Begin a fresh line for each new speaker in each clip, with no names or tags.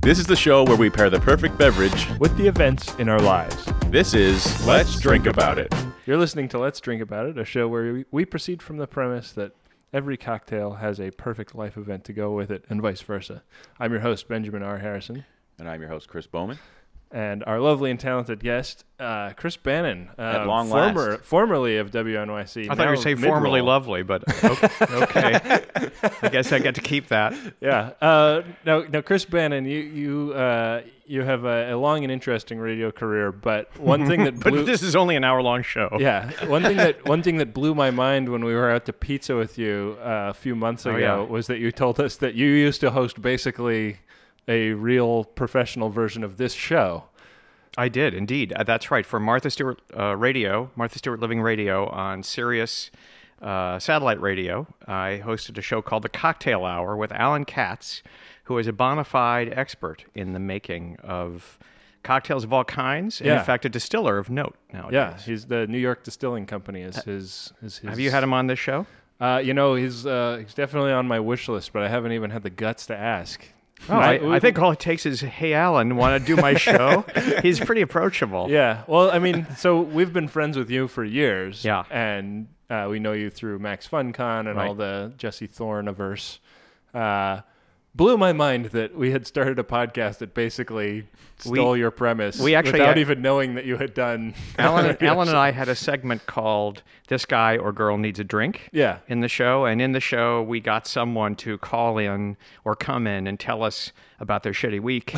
This is the show where we pair the perfect beverage.
with the events in our lives.
This is Let's Drink About It.
You're listening to Let's Drink About It, a show where we- we proceed from the premise that every cocktail has a perfect life event to go with it and vice versa. I'm your host, Benjamin R. Harrison,
And I'm your host, Chris Bowman.
and our lovely and talented guest, uh, Chris Bannon, uh,
At long
former,
last.
formerly of WNYC.
I thought you
now
were saying
mid-roll.
formerly lovely, but o- okay. I guess I get to keep that.
Yeah. Uh, now, now, Chris Bannon, you you uh, you have a, a long and interesting radio career, but one thing that
But
blew,
this is only an hour long show.
yeah one thing that one thing that blew my mind when we were out to pizza with you uh, a few months ago
Oh, yeah.
was that you told us that you used to host basically a real professional version of this show
I did indeed. Uh, That's right. For Martha Stewart uh, Radio, Martha Stewart Living Radio on Sirius uh, satellite radio, I hosted a show called The Cocktail Hour with Alan Katz, who is a bona fide expert in the making of cocktails of all kinds, and
Yeah.
in fact, a distiller of note nowadays.
yeah he's the new york distilling company is his, is his
Uh, Have you had him on this show?
uh, you know he's uh, he's definitely on my wish list but i haven't even had the guts to ask
Oh, I, I think all it takes is, hey, Alan, want to do my show? He's pretty approachable.
yeah well i mean so we've been friends with you for years
Yeah.
and uh, we know you through max funcon and all
Right.
the jesse thorne averse uh, blew my mind that we had started a podcast that basically stole your premise
we actually- uh,
without even knowing that you had done
Alan, Alan and I had a segment called This Guy or Girl Needs a Drink
yeah
in the show. And in the show, we got someone to call in or come in and tell us about their shitty week.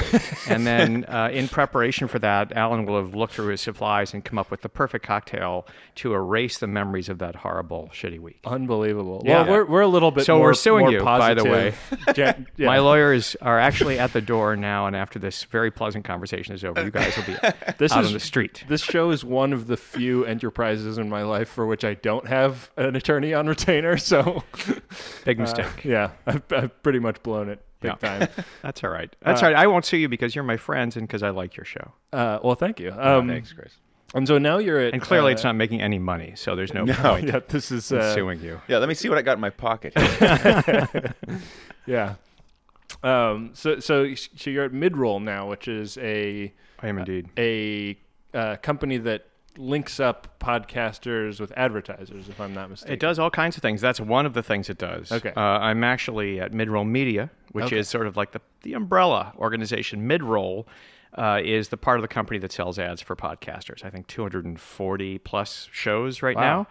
and then uh, in preparation for that, Alan will have looked through his supplies and come up with the perfect cocktail to erase the memories of that horrible shitty week.
Oh, unbelievable well
Yeah.
we're, we're a little bit
So
more,
we're suing
more
you, by the
positive. Gen- yeah.
My lawyers are actually at the door now, and after this very pleasant conversation is over, you guys will be
This
out
is-
on the street.
This show is one of the few enterprises in my life for which I don't have an attorney on retainer. So,
Big mistake.
yeah, I've, I've pretty much blown it big time.
That's all right. Uh, That's all right. I won't sue you because you're my friends and because I like your show.
Uh, well, thank you. Um,
Thanks, Chris.
And so now you're at.
And clearly,
uh,
it's not making any money, so there's no,
Oh,
point
yeah, this is.
in
Uh,
suing you.
Yeah, let me see what I got in my pocket.
yeah. Um, so so so you're at Midroll now, which is a
I am indeed.
a uh, company that links up podcasters with advertisers, if I'm not mistaken.
It does all kinds of things. That's one of the things it does.
Okay.
Uh, I'm actually at Midroll Media, which
Okay.
is sort of like the, the umbrella organization. Midroll uh, is the part of the company that sells ads for podcasters. I think 240 plus shows right
Wow.
now.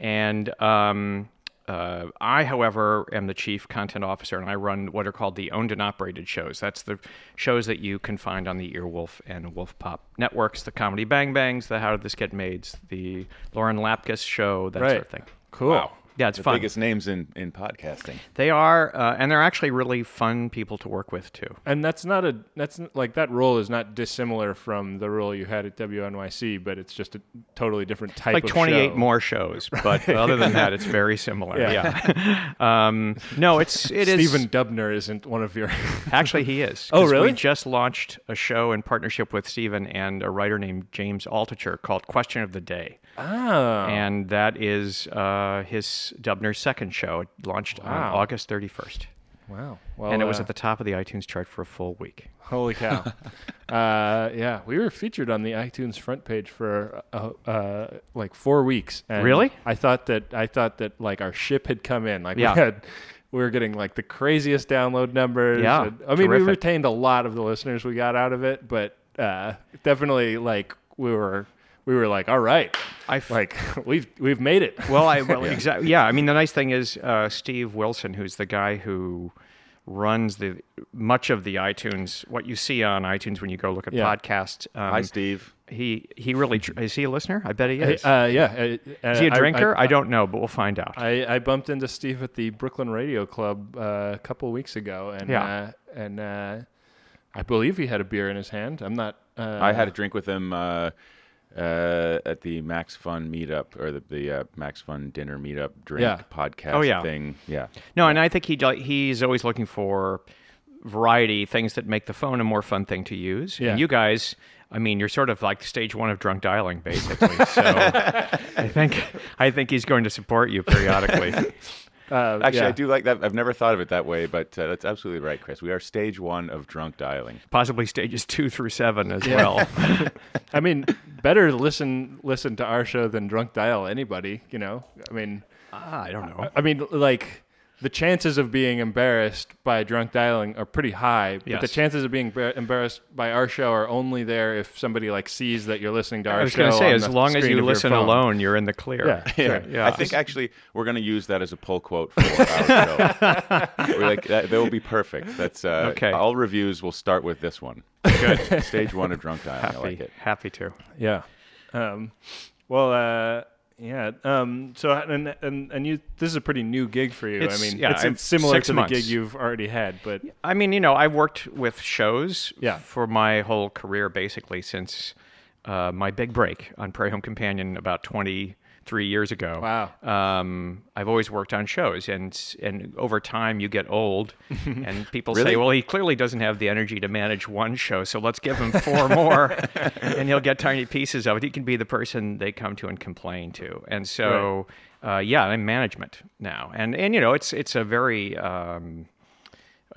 And um, uh, I, however, am the chief content officer, and I run what are called the owned and operated shows. That's the shows that you can find on the Earwolf and Wolf Pop networks, the Comedy Bang Bangs, the How Did This Get Made's, the Lauren Lapkus show, that
Right.
sort of thing.
Cool.
Yeah, it's
the
fun.
biggest names in, in podcasting.
They are, uh, and they're actually really fun people to work with too.
And that's not a that's n- like that role is not dissimilar from the role you had at WNYC, but it's just a totally different type.
Like
of
28
show.
more shows, but other than that, it's very similar.
Yeah.
Yeah. um, no, it's it is
Stephen Dubner isn't one of your.
Actually, he is.
Oh,
'cause
really?
We just launched a show in partnership with Steven and a writer named James Altucher called Question of the Day.
ah.
And that is uh, his Dubner's second show. It launched
Wow.
on August 31st.
Wow. Well,
and it was
uh,
at the top of the iTunes chart for a full week.
Holy cow! uh, yeah, we were featured on the iTunes front page for uh, uh, like four weeks. And
Really?
I thought that I thought that like our ship had come in. Like
Yeah.
we had, we were getting like the craziest download numbers.
Yeah,
And- I mean, we
terrific.
retained a lot of the listeners we got out of it, but uh, definitely like we were we were like, all right,
I f-
like we've we've made it.
Well, I well, exactly. Yeah, I mean, the nice thing is uh, Steve Wilson, who's the guy who runs the much of the iTunes, what you see on iTunes when you go look at
Yeah.
podcasts. Um,
Hi, Steve.
He he really tr- is he a listener? I bet he is.
Uh, yeah. uh,
is he a
I- I-
drinker? I, don't know, but we'll find out.
I, I bumped into Steve at the Brooklyn Radio Club uh, a couple weeks ago, and
Yeah.
uh, and uh, I believe he had a beer in his hand. I'm not. Uh,
I had a drink with him uh, uh, at the Max Fun meetup or the, the uh, Max Fun dinner meetup drink
Yeah.
podcast
Oh, yeah.
thing. Yeah.
no, and I think he do- he's always looking for variety, things that make the phone a more fun thing to use.
Yeah.
And you guys, I mean, you're sort of like stage one of drunk dialing, basically. so I think I think he's going to support you periodically.
Uh,
Actually,
yeah.
I do like that. I've never thought of it that way, but uh, that's absolutely right, Chris. We are stage one of drunk dialing.
Possibly stages two through seven as well.
I mean, better listen listen to our show than drunk dial anybody. You know, I mean,
Ah, I don't know.
I mean, like the chances of being embarrassed by drunk dialing are pretty high, but the
Yes.
chances of being embar- embarrassed by our show are only there if somebody like sees that you're listening to our
I was
show.
going to say,
on
as
the
long as
screen of
you
your
listen
phone.
alone, you're in the clear.
Yeah.
Yeah.
Yeah.
I think actually we're going to use that as a pull quote for our show. We're like, that, that will be perfect. That's uh,
Okay.
All reviews will start with this one. Good. stage one of drunk dialing. I like
Happy,
it.
happy to.
Yeah. Um, well, uh, yeah. Um, so and, and and you, this is a pretty new gig for you.
It's-
I mean,
yeah,
it's,
I'm-
it's similar
six
to
months.
the gig you've already had, but
I mean, you know, I worked with shows
Yeah.
for my whole career, basically, since uh, my big break on Prairie Home Companion about 23 years ago.
Wow.
Um, I've always worked on shows, and and over time, you get old, and people
Really?
say, well, he clearly doesn't have the energy to manage one show, so let's give him four more, and he'll get tiny pieces of it. He can be the person they come to and complain to. And so, uh, yeah, I'm management now. And, and you know, it's, it's a very. Um,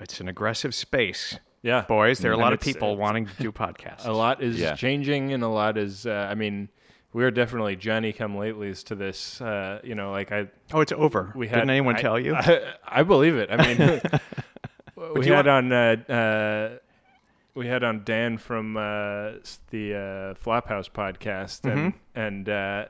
it's an aggressive space.
Yeah.
Boys, there are a
And
lot of
it's-
people
it's-
wanting to do podcasts.
a lot is
Yeah.
changing and a lot is uh, i mean we're definitely johnny come latelys to this uh, you know like i
Oh, it's over.
we had
Didn't anyone
I-
tell you?
i, I believe it i mean we had on uh, uh, we had on dan from uh, s- the uh, flophouse podcast and and uh,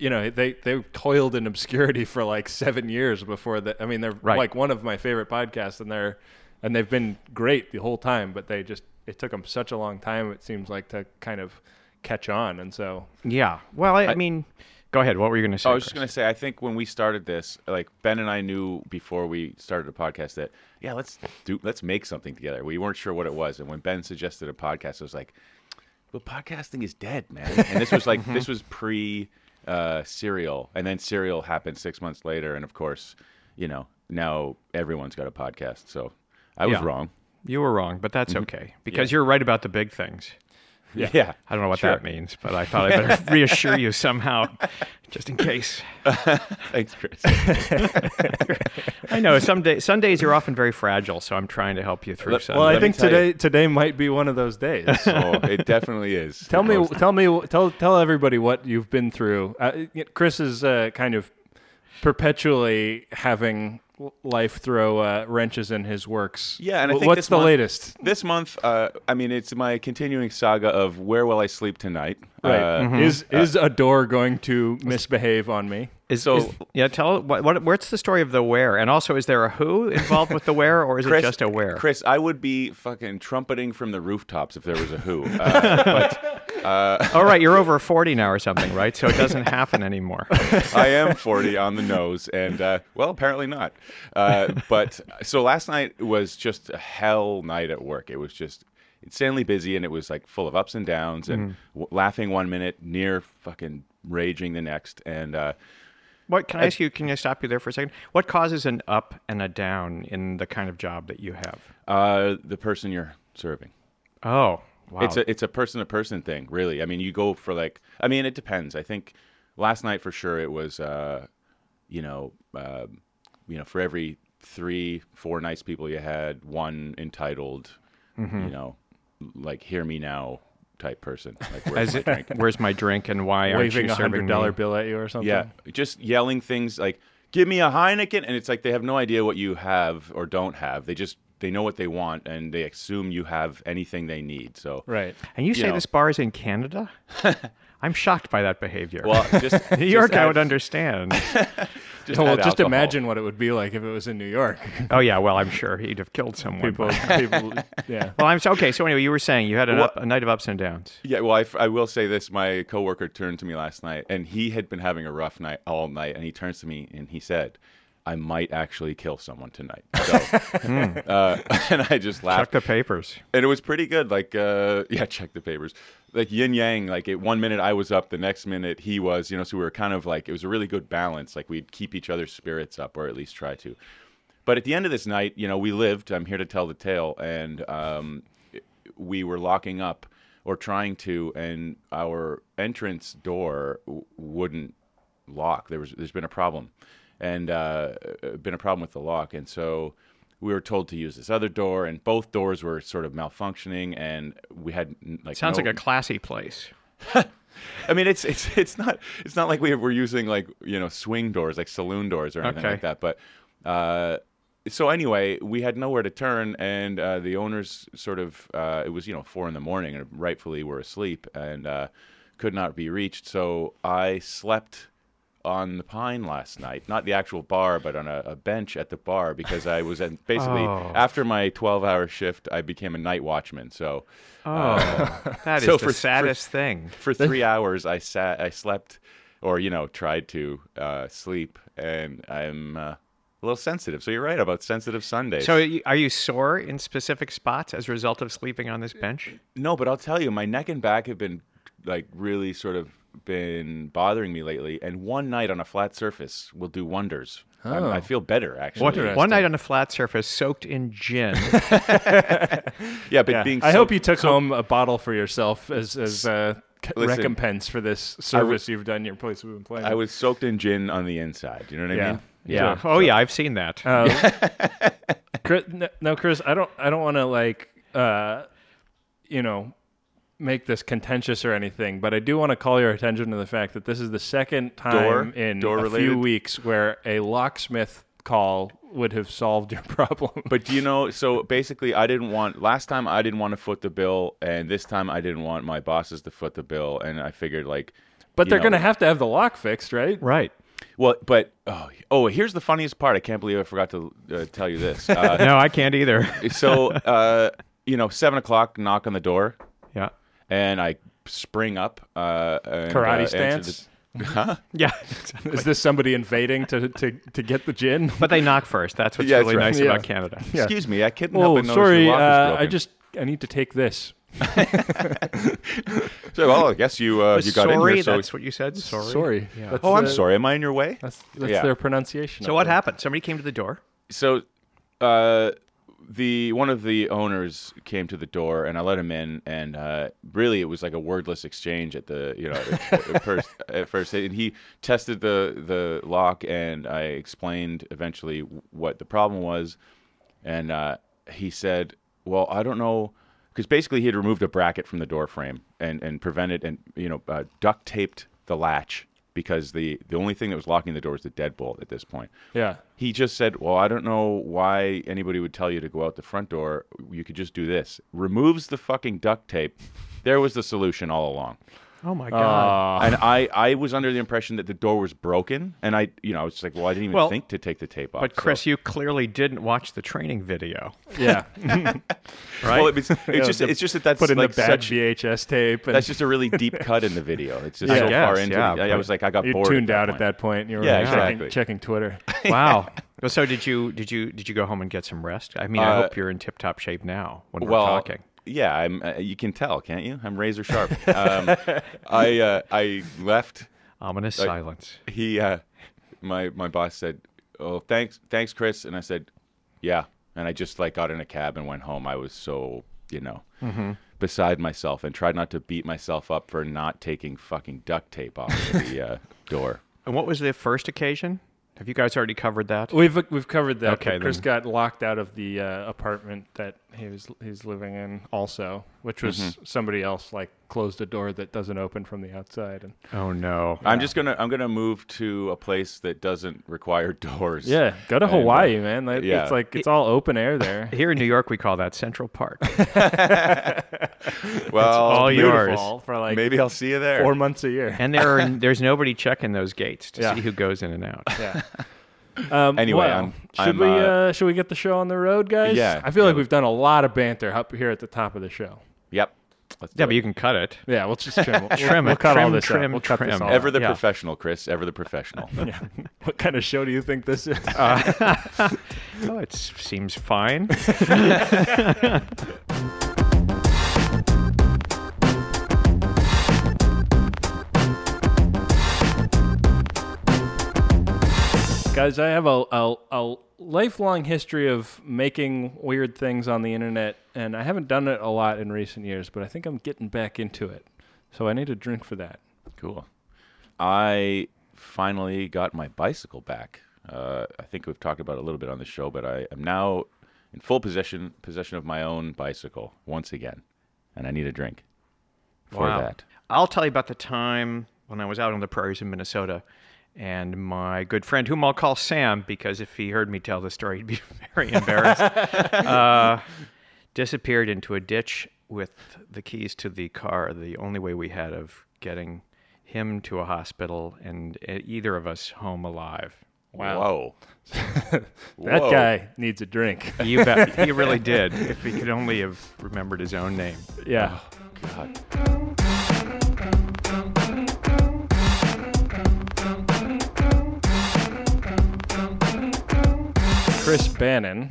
you know they they toiled in obscurity for like seven years before that i mean they're
Right.
like one of my favorite podcasts and they're and they've been great the whole time but they just it took them such a long time it seems like to kind of catch on and so
yeah. Well, I, I mean, go ahead. What were you going to say?
I was just going to say, I think when we started this, like Ben and I knew before we started a podcast that, yeah, let's do, let's make something together. We weren't sure what it was, and when Ben suggested a podcast, I was like, well, podcasting is dead, man. And this was like, this was pre uh, Serial, and then Serial happened six months later, and of course, you know, now everyone's got a podcast. So I was
Yeah.
wrong.
You were wrong, but that's
Mm-hmm.
okay because you're right about the big things.
Yeah.
I don't know what
Sure.
that means, but I thought I better reassure you somehow, just in case.
Thanks, Chris.
I know some day, some days you're often very fragile, so I'm trying to help you through.
Let-
some.
well i
let me
think
tell you-
today today might be one of those days
oh, it definitely is.
Tell
The
me,
most-
tell me, tell tell everybody what you've been through. Uh, y- Chris is uh, kind of perpetually having l- life throw uh, wrenches in his works.
Yeah, and I
Wh-
think
what's
this
the
month-
latest?
This month, uh, I mean, it's my continuing saga of where will I sleep tonight?
Right,
Uh,
Mm-hmm.
is is a door going to misbehave on me?
is,
so-
is- yeah, tell what, what what's the story of the where, and also is there a who involved with the where, or is
Chris,
it just a where?
Chris, I would be fucking trumpeting from the rooftops if there was a who. Uh, but
All right, you're over 40 now or something, right? So it doesn't happen anymore.
I am 40 on the nose, and uh, well, apparently not. Uh, but so last night was just a hell night at work. It was just insanely busy, and it was like full of ups and downs, and
Mm-hmm.
w- laughing one minute, near fucking raging the next, and. Uh,
What can I ask you? Can I stop you there for a second? What causes an up and a down in the kind of job that you have?
Uh, the person you're serving.
Oh, wow.
It's a it's a person to person thing, really. I mean, you go for like. I mean, it depends. I think last night for sure it was, uh, you know, uh, you know, for every three four nice people you had, one entitled,
Mm-hmm.
you know, like hear me now type person. Like where's
Is
my
it-
drink?
where's my drink and why aren't
Waving
you
a hundred
serving me?
dollar bill at you or something?
Yeah, just yelling things like "Give me a Heineken," and it's like they have no idea what you have or don't have. They just they know what they want and they assume you have anything they need. So
right.
And you say
know.
this bar is in Canada? I'm shocked by that behavior.
Well, just
New York,
just
I
add-
would understand.
Just
well,
add
just
alcohol.
imagine what it would be like if it was in New York.
oh, yeah. Well, I'm sure he'd have killed someone. by
People, people, yeah.
Well, I'm so, okay. So anyway, you were saying you had an
Well-
up, a night of ups and downs.
Yeah, well, I, f- I will say this. My coworker turned to me last night, and he had been having a rough night all night. And he turns to me and he said, "I might actually kill someone tonight." So, uh, and I just
Hmm. Check
laughed,
the papers.
and it was pretty good. Like, uh, yeah, check the papers. Like yin yang. Like, it, one minute I was up, the next minute he was. You know, so we were kind of like it was a really good balance. Like we'd keep each other's spirits up, or at least try to. But at the end of this night, you know, we lived. I'm here to tell the tale, and um, we were locking up or trying to, and our entrance door w- wouldn't lock. There was there's been a problem, and uh, been a problem with the lock. And so we were told to use this other door, and both doors were sort of malfunctioning, and we had n- like
Sounds
no-
like a classy place.
I mean, it's it's it's not it's not like we we're using like you know swing doors, like saloon doors or anything
Okay.
like that. But uh, so anyway, we had nowhere to turn, and uh, the owners sort of uh, it was you know four in the morning, and rightfully were asleep and uh, could not be reached. So I slept on the pine last night, not the actual bar, but on a, a bench at the bar because I was in, basically
Oh.
after my twelve-hour shift, I became a night watchman. So.
Oh, that is
So
the
for- for-
saddest thing.
for three hours i sat i slept or you know tried to uh, sleep and i'm uh, a little sensitive so you're right about sensitive sundays
So, are you- are you sore in specific spots as a result of sleeping on this bench?
no but i'll tell you my neck and back have been like really sort of been bothering me lately and one night on a flat surface will do wonders I'm-
Oh.
i feel better actually
One, one night on a flat surface, soaked in gin.
yeah but
Yeah.
being
I
so-
hope you took home a bottle for yourself as as uh, c-
Listen,
recompense for this service you've done your place we've been playing.
i was soaked in gin on the inside you know what i
Yeah.
mean
yeah. Oh yeah, I've seen that.
Uh,
Um, Chris, n- no, Chris, I don't. I don't want to like, uh, you know, make this contentious or anything, but I do want to call your attention to the fact that this is the second time in
Door
a
related?
few weeks where a locksmith call would have solved your problem.
But do you know, so basically, I didn't want last time I didn't want to foot the bill, and this time I didn't want my bosses to foot the bill, and I figured like,
But
you
they're
know,
going to have to have the lock fixed, right?
right.
well, but oh, oh, here's the funniest part. I can't believe I forgot to uh, tell you this. Uh,
No, I can't either.
so uh, you know, seven o'clock, knock on the door,
yeah.
and I spring up, uh, and, uh,
Karate
answer
stance.
Yeah.
Is this somebody invading to to, to get the gin?
but they knock first. That's what's
Yeah, that's
really
right.
nice
Yeah.
about Canada.
the- Excuse me, I couldn't help
Oh,
but notice
sorry.
your lock was
Uh, I
broken."
just I need to take this.
so, well, I guess you uh, you got
sorry,
in here. So,
that's what you said. Sorry.
Sorry. That's
oh, I'm
the-
sorry. Am I in your way?
That's that's
Yeah.
their pronunciation.
So
up
what
there.
happened? Somebody came to the door.
so uh the one of the owners came to the door and I let him in and uh, really it was like a wordless exchange at the you know at, at first, at first and he tested the the lock and I explained eventually what the problem was and uh, he said well I don't know because basically he had removed a bracket from the door frame and and prevented and you know uh, duct taped the latch because the the only thing that was locking the door was the deadbolt at this point
Yeah.
he just said, "Well, I don't know why anybody would tell you to go out the front door. You could just do this." Removes the fucking duct tape. There was the solution all along.
Oh my
Uh,
god.
and I, I was under the impression that the door was broken, and I, you know, I was just like, "Well, I didn't even
Well,
think to take the tape off."
but
So-
Chris, you clearly didn't watch the training video,
Yeah.
right?
well, it's, it's just, it's just that that's
put in
like
the bad
such,
VHS tape. And
that's just a really deep cut in the video. It's just
I
so far
guess,
into.
yeah,
the, I- I
but
was like, I got
you
bored.
tuned
that
out
point.
at that point. You were
Yeah,
checking-
exactly.
checking, Twitter.
wow. Well, So did you did you did you go home and get some rest? I mean, I
Uh,
hope you're in tip top shape now when we're
well,
talking.
Yeah, I'm. Uh, you can tell, can't you? I'm razor sharp. um, I uh, I left
Ominous silence.
he uh my my boss said oh thanks thanks chris and i said yeah and i just like got in a cab and went home i was so you know
Mm-hmm.
beside myself and tried not to beat myself up for not taking fucking duct tape off of the uh, door
And what was the first occasion? Have you guys already covered that?
We've we've covered that.
Okay,
but Chris
then.
got locked out of the uh, apartment that he was he's living in also, which was
Mm-hmm.
somebody else like closed a door that doesn't open from the outside. And
Oh no.
i'm just gonna i'm gonna move to a place that doesn't require doors
yeah, go to
And, uh,
Hawaii, man. Like,
yeah.
It's like it's all open air there.
Here in New York, we call that Central Park.
well
all
maybe-
yours.
Beautiful for like
maybe i'll see you there
four months a year.
And there are there's nobody checking those gates to
Yeah.
see who goes in and out.
Yeah. Um,
Anyway,
well,
I'm-
should
I'm,
we
uh,
uh, should we get the show on the road, guys?
Yeah,
I feel
yeah.
like we've done a lot of banter up here at the top of the show.
yep Let's do
Yeah,
it.
but you can cut it.
Yeah, we'll just trim. We'll,
Trim
we'll
it,
cut all
trim,
this out.
trim,
We'll cut this
trim.
all out.
ever the
yeah.
professional chris ever the professional
Yeah. What kind of show do you think this is? Uh,
Oh, it seems fine.
Guys, I have a, a, a lifelong history of making weird things on the internet, and I haven't done it a lot in recent years, but I think I'm getting back into it. So I need a drink for that.
Cool. I finally got my bicycle back Uh, I think we've talked about it a little bit on the show, but I am now in full possession possession of my own bicycle once again, and I need a drink for that.
I'll tell you about the time when I was out on the prairies in Minnesota, and my good friend, whom I'll call Sam, because if he heard me tell the story, he'd be very embarrassed, uh, disappeared into a ditch with the keys to the car, the only way we had of getting him to a hospital and e- either of us home alive.
Whoa.
That
Whoa.
guy needs a drink.
You bet. he really did. If he could only have remembered his own name.
Yeah.
God.
Chris Bannon.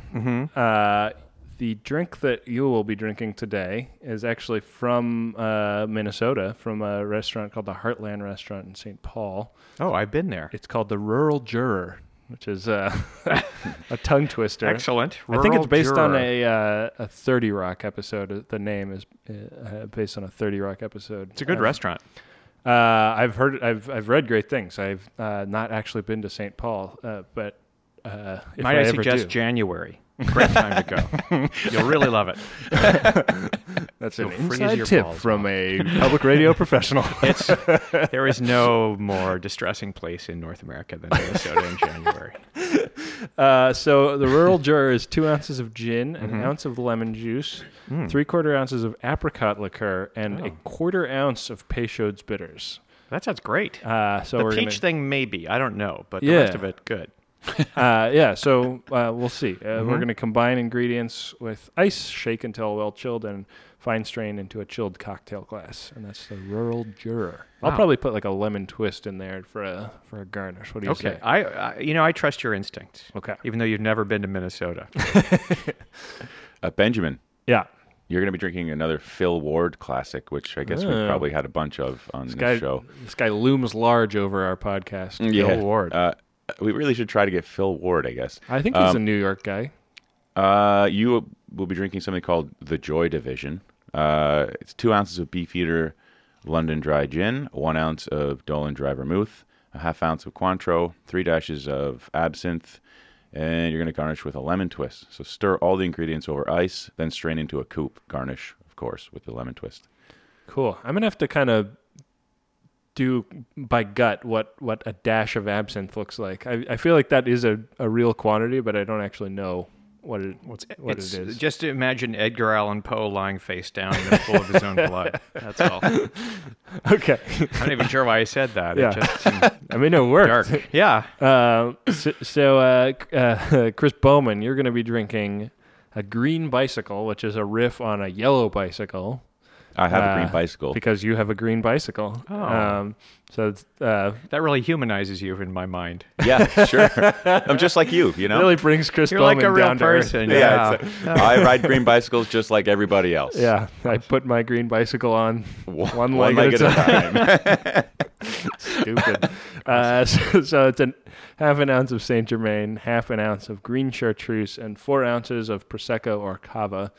Uh, the drink that you will be drinking today is actually from uh, Minnesota, from a restaurant called the Heartland Restaurant in St. Paul.
Oh, I've been there.
It's called the Rural Juror, which is uh, a tongue twister.
Excellent.
I think it's
Rural
based on
Juror.
a uh, a Thirty Rock episode. The name is uh, based on a Thirty Rock episode.
It's a good
Uh,
restaurant.
Uh, I've heard, I've, I've read great things. I've uh, not actually been to St. Paul, uh, but uh, if
Might
I,
I,
ever
suggest
do,
January? Great time to go. You'll really love it.
that's
you'll
an
freeze
inside
your
tip
balls
from a public radio professional.
It's there is no more distressing place in North America than Minnesota in January.
Uh, so the rural jar is two ounces of gin,
Mm-hmm.
an ounce of lemon juice,
Hmm.
three quarter ounces of apricot liqueur, and
Oh.
a quarter ounce of Peychaud's bitters.
That sounds great.
Uh, so
the
we're
peach
gonna,
thing, maybe I don't know, but the
Yeah.
rest of it, good.
uh, yeah, so uh, we'll see. Uh,
Mm-hmm.
We're going to combine ingredients with ice, shake until well chilled, and fine strain into a chilled cocktail glass, and that's the rural juror. I'll
Wow.
probably put like a lemon twist in there for a for a garnish. What do you
Okay,
say?
I, I you know I trust your instincts.
Okay.
even though you've never been to Minnesota.
Uh, Benjamin,
Yeah,
you're going to be drinking another Phil Ward classic, which I guess
Oh.
we probably had a bunch of on this
this guy,
show.
this guy looms large over our podcast.
Yeah.
Ward.
Uh, we really should try to get Phil Ward, I guess.
I think he's a
um,
New York guy.
Uh, you will be drinking something called the Joy Division. Uh, it's two ounces of Beefeater London Dry Gin, one ounce of Dolan Dry Vermouth, a half ounce of Cointreau, three dashes of absinthe, and you're going to garnish with a lemon twist. So stir all the ingredients over ice, then strain into a coupe. Garnish, of course, with the lemon twist.
Cool. I'm gonna have to kind of do by gut what what a dash of absinthe looks like. I, I feel like that is a, a real quantity, but I don't actually know what it what's what
It's-
it is.
Just imagine Edgar Allan Poe lying face down and full of his own blood. That's all. I'm
okay.
not even sure why I said that.
Yeah.
It just seemed
I mean, it worked.
dark. Yeah.
Uh, so, so uh, c- uh, Chris Bowman, you're gonna be drinking a green bicycle, which is a riff on a yellow bicycle.
I have a
Uh,
green bicycle.
because you have a green bicycle.
Oh.
Um, so it's, uh,
That really humanizes you in my mind.
yeah, sure. I'm just like you, you know?
really brings Chris
You're
Bowman
like a real
down to earth.
person.
Yeah, it's like- I ride green bicycles just like everybody else.
Yeah, I put my green bicycle on one, leg, at a
time.
time. Stupid. uh, so, so it's an half an ounce of Saint Germain, half an ounce of green chartreuse, and four ounces of prosecco or cava,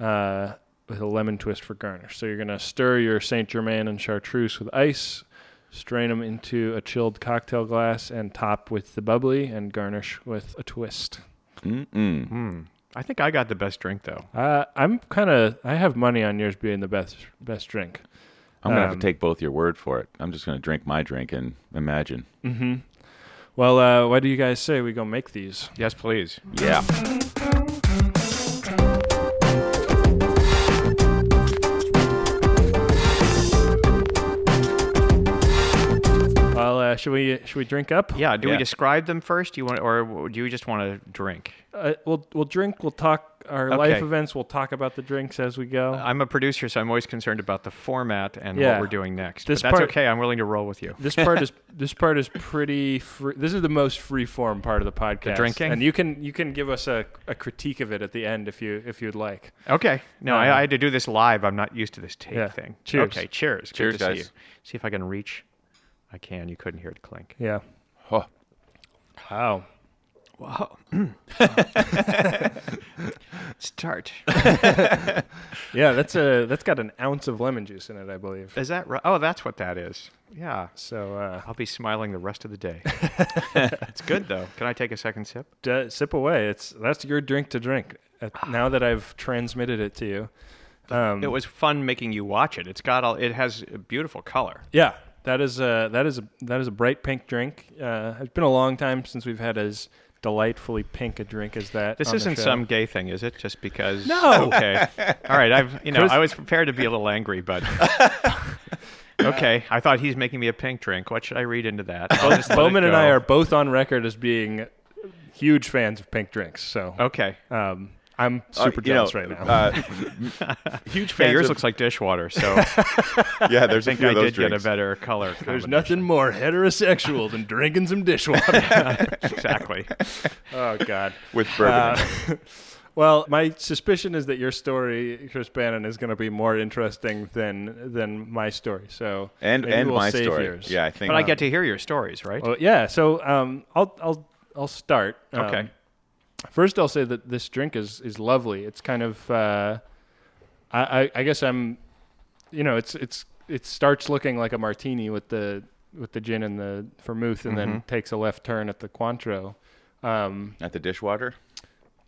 uh, with a lemon twist for garnish. So you're gonna stir your Saint Germain and chartreuse with ice, strain them into a chilled cocktail glass, and top with the bubbly and garnish with a twist.
Mm-mm.
I think I got the best drink though.
Uh, I'm kind of I have money on yours being the best best drink.
I'm gonna have
Um,
to take both your word for it. I'm just gonna drink my drink and imagine.
Well, uh, what do you guys say we go make these?
Yes, please.
Yeah.
Well, uh, should we should we drink up?
Yeah. Do we
Yeah.
describe them first? Do you want, or do you just want to drink?
Uh, we'll we'll drink. We'll talk our
Okay.
life events. We'll talk about the drinks as we go.
I'm a producer, so I'm always concerned about the format and
Yeah.
what we're doing next.
This
but that's
part-
okay. I'm willing to roll with you.
this part is this part is pretty. Free, this is the most free form part of the podcast.
drinking?
and you can you can give us a, a critique of it at the end if you if you'd like.
Okay. No,
Uh,
I, I had to do this live. I'm not used to this tape
Yeah.
thing.
Cheers.
Okay. Cheers. Good
Cheers,
to see
guys.
you. See if I can reach. I can. You couldn't hear it clink.
Yeah.
Huh.
Wow.
Start.
Yeah, that's a that's got an ounce of lemon juice in it, I believe.
Is that right? Oh, that's what that is. Yeah.
So uh,
I'll be smiling the rest of the day. it's good though. Can I take a second sip?
d- sip away. It's that's your drink to drink. Uh, now that I've transmitted it to you, um,
It was fun making you watch it. It's got all. It has a beautiful color.
yeah, that is a that is a that is a bright pink drink. Uh, it's been a long time since we've had as delightfully pink a drink as that.
This
on the
isn't
show.
some gay thing, is it? Just because?
No.
Okay. All right. I've you know I was prepared to be a little angry, but okay. I thought he's making me a pink drink. What should I read into that? I'll just let it
Bowman and
go.
I are both on record as being huge fans of pink drinks. So
okay.
um, I'm
Uh,
super
you know,
jealous right now.
Uh, huge
Yeah,
fans.
yours
of-
looks like dishwater, so I
yeah, there's a
think
few
I
of those
did get a
drinks.
better color.
There's
combination.
nothing more heterosexual than drinking some dishwater.
exactly.
oh God.
with bourbon.
uh, Well, my suspicion is that your story, Chris Bannon, is going to be more interesting than than my story. So
and
maybe
and
we'll
my
save
story.
yours.
Yeah, I think.
But I get to hear your stories, right?
Well, yeah. So um, I'll I'll I'll start. Um,
Okay.
First, I'll say that this drink is is lovely. It's kind of uh, I, I I guess I'm, you know, it's it's it starts looking like a martini with the with the gin and the vermouth, and then takes a left turn at the Cointreau. Um,
at the dishwater.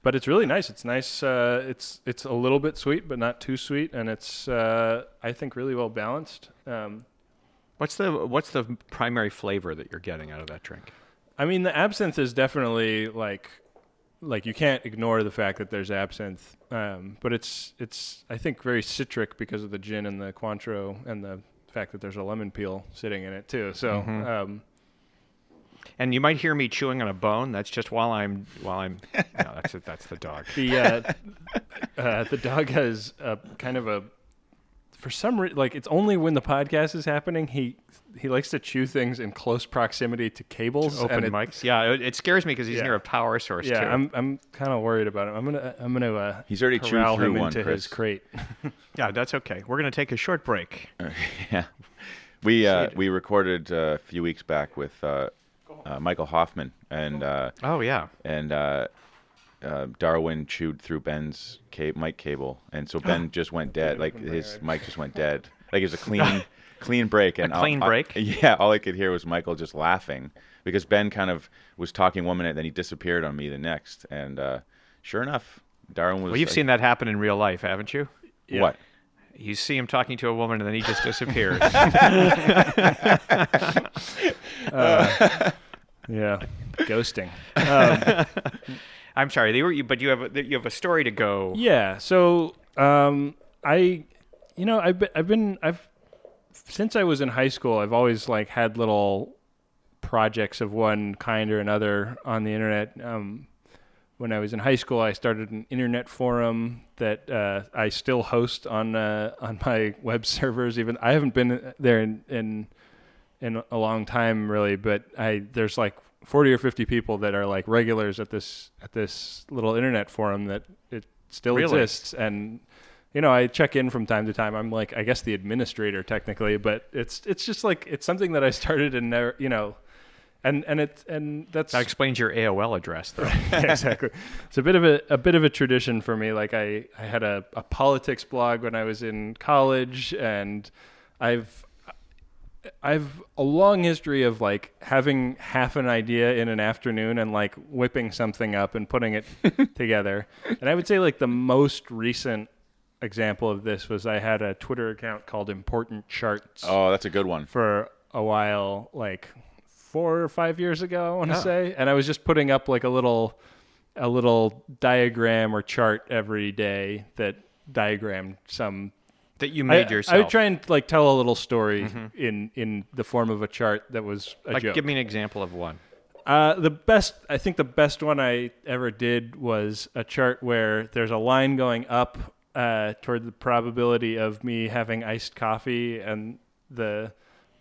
but it's really nice. It's nice. Uh, it's it's a little bit sweet, but not too sweet, and it's uh, I think really well balanced. Um,
What's the what's the primary flavor that you're getting out of that drink?
I mean, the absinthe is definitely like like you can't ignore the fact that there's absinthe, um, but it's it's I think very citric because of the gin and the Cointreau and the fact that there's a lemon peel sitting in it too. So
Mm-hmm.
um,
And you might hear me chewing on a bone. That's just while I'm while I'm. No, that's that's the dog.
the uh, uh, the dog has a kind of a for some reason like it's only when the podcast is happening he he likes to chew things in close proximity to cables
Open
and it-
mics. Yeah, it, it scares me because he's
Yeah.
near a power source
yeah
too.
I'm I'm kind of worried about him I'm gonna I'm gonna uh,
He's already chewed
corral
through
him
one,
into his
Chris.
crate
yeah, that's okay. We're gonna take a short break.
yeah, we uh, we recorded uh, a few weeks back with uh, uh, Michael Hoffman and uh,
Oh yeah.
and uh, uh, Darwin chewed through Ben's ca- mic cable, and so Ben just went dead. Like his mic just went dead. Like it was a clean, clean break. And all-
clean
I-
break?
yeah, all I could hear was Michael just laughing because Ben kind of was talking one minute, then he disappeared on me the next. And uh, sure enough, Darwin was.
Well, you've
like,
seen that happen in real life, haven't you?
Yeah.
what?
You see him talking to a woman and then he just disappears.
yeah ghosting
I'm sorry. They were, you- but you have a, you have a story to go.
Yeah. So um, I, you know, I've been, I've been, I've since I was in high school, I've always like had little projects of one kind or another on the internet. Um, when I was in high school, I started an internet forum that uh, I still host on uh, on my web servers. Even I haven't been there in, in in a long time, really. But I there's like forty or fifty people that are like regulars at this at this little internet forum that it still
Really?
exists. And you know, I check in from time to time. I'm like, I guess the administrator technically, but it's it's just like it's something that I started and never, you know. And and it and that's
That explains your AOL address, though.
yeah, exactly. It's a bit of a, a bit of a tradition for me. Like I, I had a, a politics blog when I was in college and I've I've a long history of like having half an idea in an afternoon and like whipping something up and putting it together. And I would say like the most recent example of this was I had a Twitter account called Important Charts
Oh, that's a good one.
for a while, like four or five years ago, I want to
Ah.
say. And I was just putting up like a little, a little diagram or chart every day that diagrammed some.
that you
I,
made yourself. Mm-hmm.
I would try and like tell a little story in in the form of a chart that was a
like,
joke.
give me an example of one.
Uh, the best, I think, the best one I ever did was a chart where there's a line going up uh, toward the probability of me having iced coffee, and the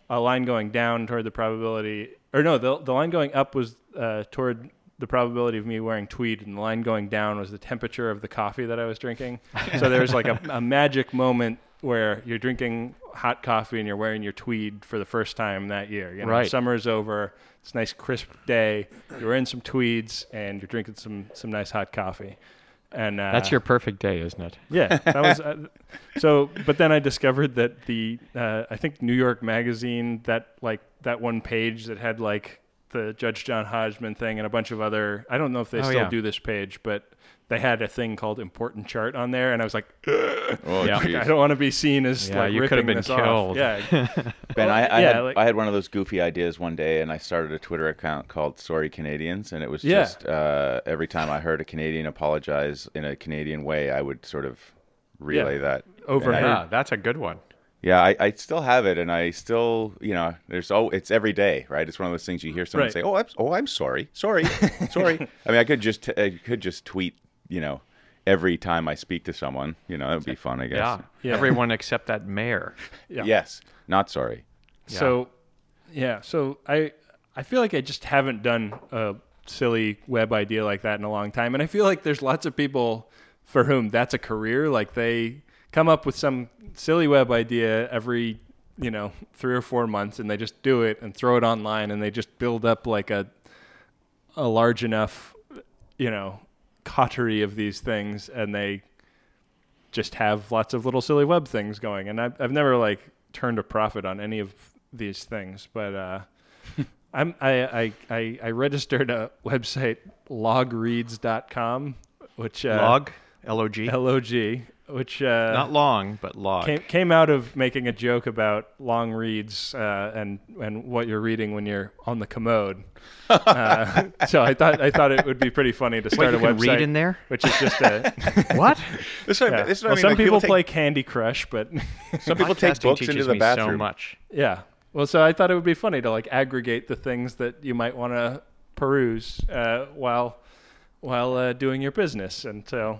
a line going down toward the probability, or no, the the line going up was uh, toward the probability of me wearing tweed, and the line going down was the temperature of the coffee that I was drinking. so there's like a, a magic moment where you're drinking hot coffee and you're wearing your tweed for the first time that year. You know,
Right.
summer's over. It's a nice crisp day. You're in some tweeds and you're drinking some some nice hot coffee. And uh,
That's your perfect day, isn't it?
yeah. That was uh, so. But then I discovered that the uh, I think New York Magazine that like that one page that had like the Judge John Hodgman thing and a bunch of other. I don't know if they
Oh,
still
yeah.
do this page, but they had a thing called important chart on there, and I was like,
Oh,
Yeah.
jeez.
I don't want to be seen as
Yeah,
like
you could
ripping
have been
this off.
killed.
Yeah,
Ben, I, I,
yeah,
had,
like-
I had one of those goofy ideas one day, and I started a Twitter account called Sorry Canadians, and it was
Yeah.
just uh, every time I heard a Canadian apologize in a Canadian way, I would sort of relay
Yeah.
that.
Over-
And I-
Yeah, that's a good one.
yeah, I, I still have it, and I still, you know, there's oh, it's every day, right? It's one of those things you hear someone
Right.
say, "Oh, I'm, oh, I'm sorry, sorry, sorry." I mean, I could just, I could just tweet, you know, every time I speak to someone, you know, that would be fun, I guess.
Yeah.
Yeah.
Everyone except that mayor.
yeah.
Yes, not sorry.
So, yeah. So I I feel like I just haven't done a silly web idea like that in a long time, and I feel like there's lots of people for whom that's a career. Like they come up with some silly web idea every you know three or four months, and they just do it and throw it online, and they just build up like a a large enough you know coterie of these things, and they just have lots of little silly web things going. And I've, I've never like turned a profit on any of these things, but uh, I'm I, I I I registered a website logreads.com, which uh,
log, L O G.
log, which uh,
Not long, but log.
came, came out of making a joke about long reads uh, and and what you're reading when you're on the commode. uh, so I thought I thought it would be pretty funny to start
you
a
can
website
read in there?
which is just a
what?
This is what I-
yeah.
this is what
well,
I mean,
some
like,
people,
take-
play Candy Crush, but
Some people take
Podcasting
books
teaches
into the
me
bathroom.
so much.
yeah. Well, so I thought it would be funny to like aggregate the things that you might want to peruse uh, while while uh, doing your business, and so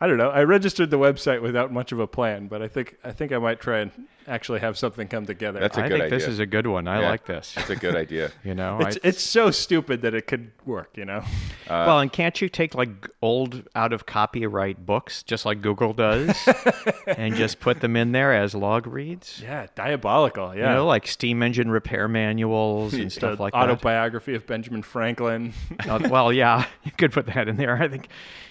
I don't know. I registered the website without much of a plan, but I think I think I might try and actually have something come together.
That's a
I
good
think this
idea.
is a good one. I
Yeah.
like this.
That's a good idea.
You know,
it's,
I,
it's so stupid that it could work, you know.
well, and can't you take like old out of copyright books, just like Google does, and just put them in there as log reads?
Yeah, diabolical. Yeah,
You know, like steam engine repair manuals and
the
stuff like
autobiography of Benjamin Franklin.
that. Uh, well, yeah, you could put that in there. I think,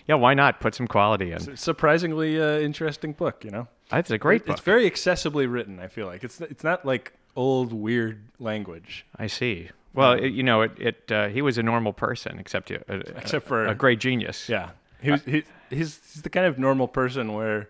yeah, why not put some quality in?
Surprisingly uh, interesting book, you know.
That's a great book.
It's very accessibly written. I feel like it's it's not like old weird language,
I see. Well, it, you know, it. it uh, he was a normal person, except a, a,
except for
a great genius.
yeah. He was, he, he's he's the kind of normal person where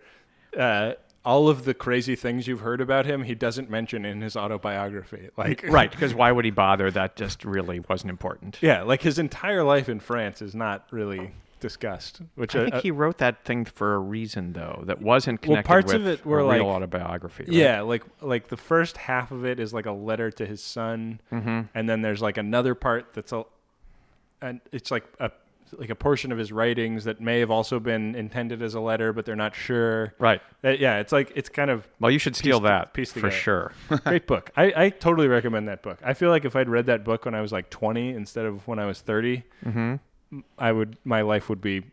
uh, all of the crazy things you've heard about him he doesn't mention in his autobiography. Like
Right, because why would he bother? That just really wasn't important.
yeah, like his entire life in France is not really discussed. Which
I
uh,
think
uh,
he wrote that thing for a reason, though, that wasn't
Well,
connected
parts
with
of it were
a
like-
real autobiography. right?
Yeah, like like the first half of it is like a letter to his son,
Mm-hmm.
and then there's like another part that's a, and it's like a like a portion of his writings that may have also been intended as a letter, but they're not sure.
Right.
Uh, yeah, it's like it's kind of
Well, you should steal
Pieced-
that
pieced
for
together.
sure.
great book. I, I totally recommend that book. I feel like if I'd read that book when I was like 20 instead of when I was 30, m- I would my life would be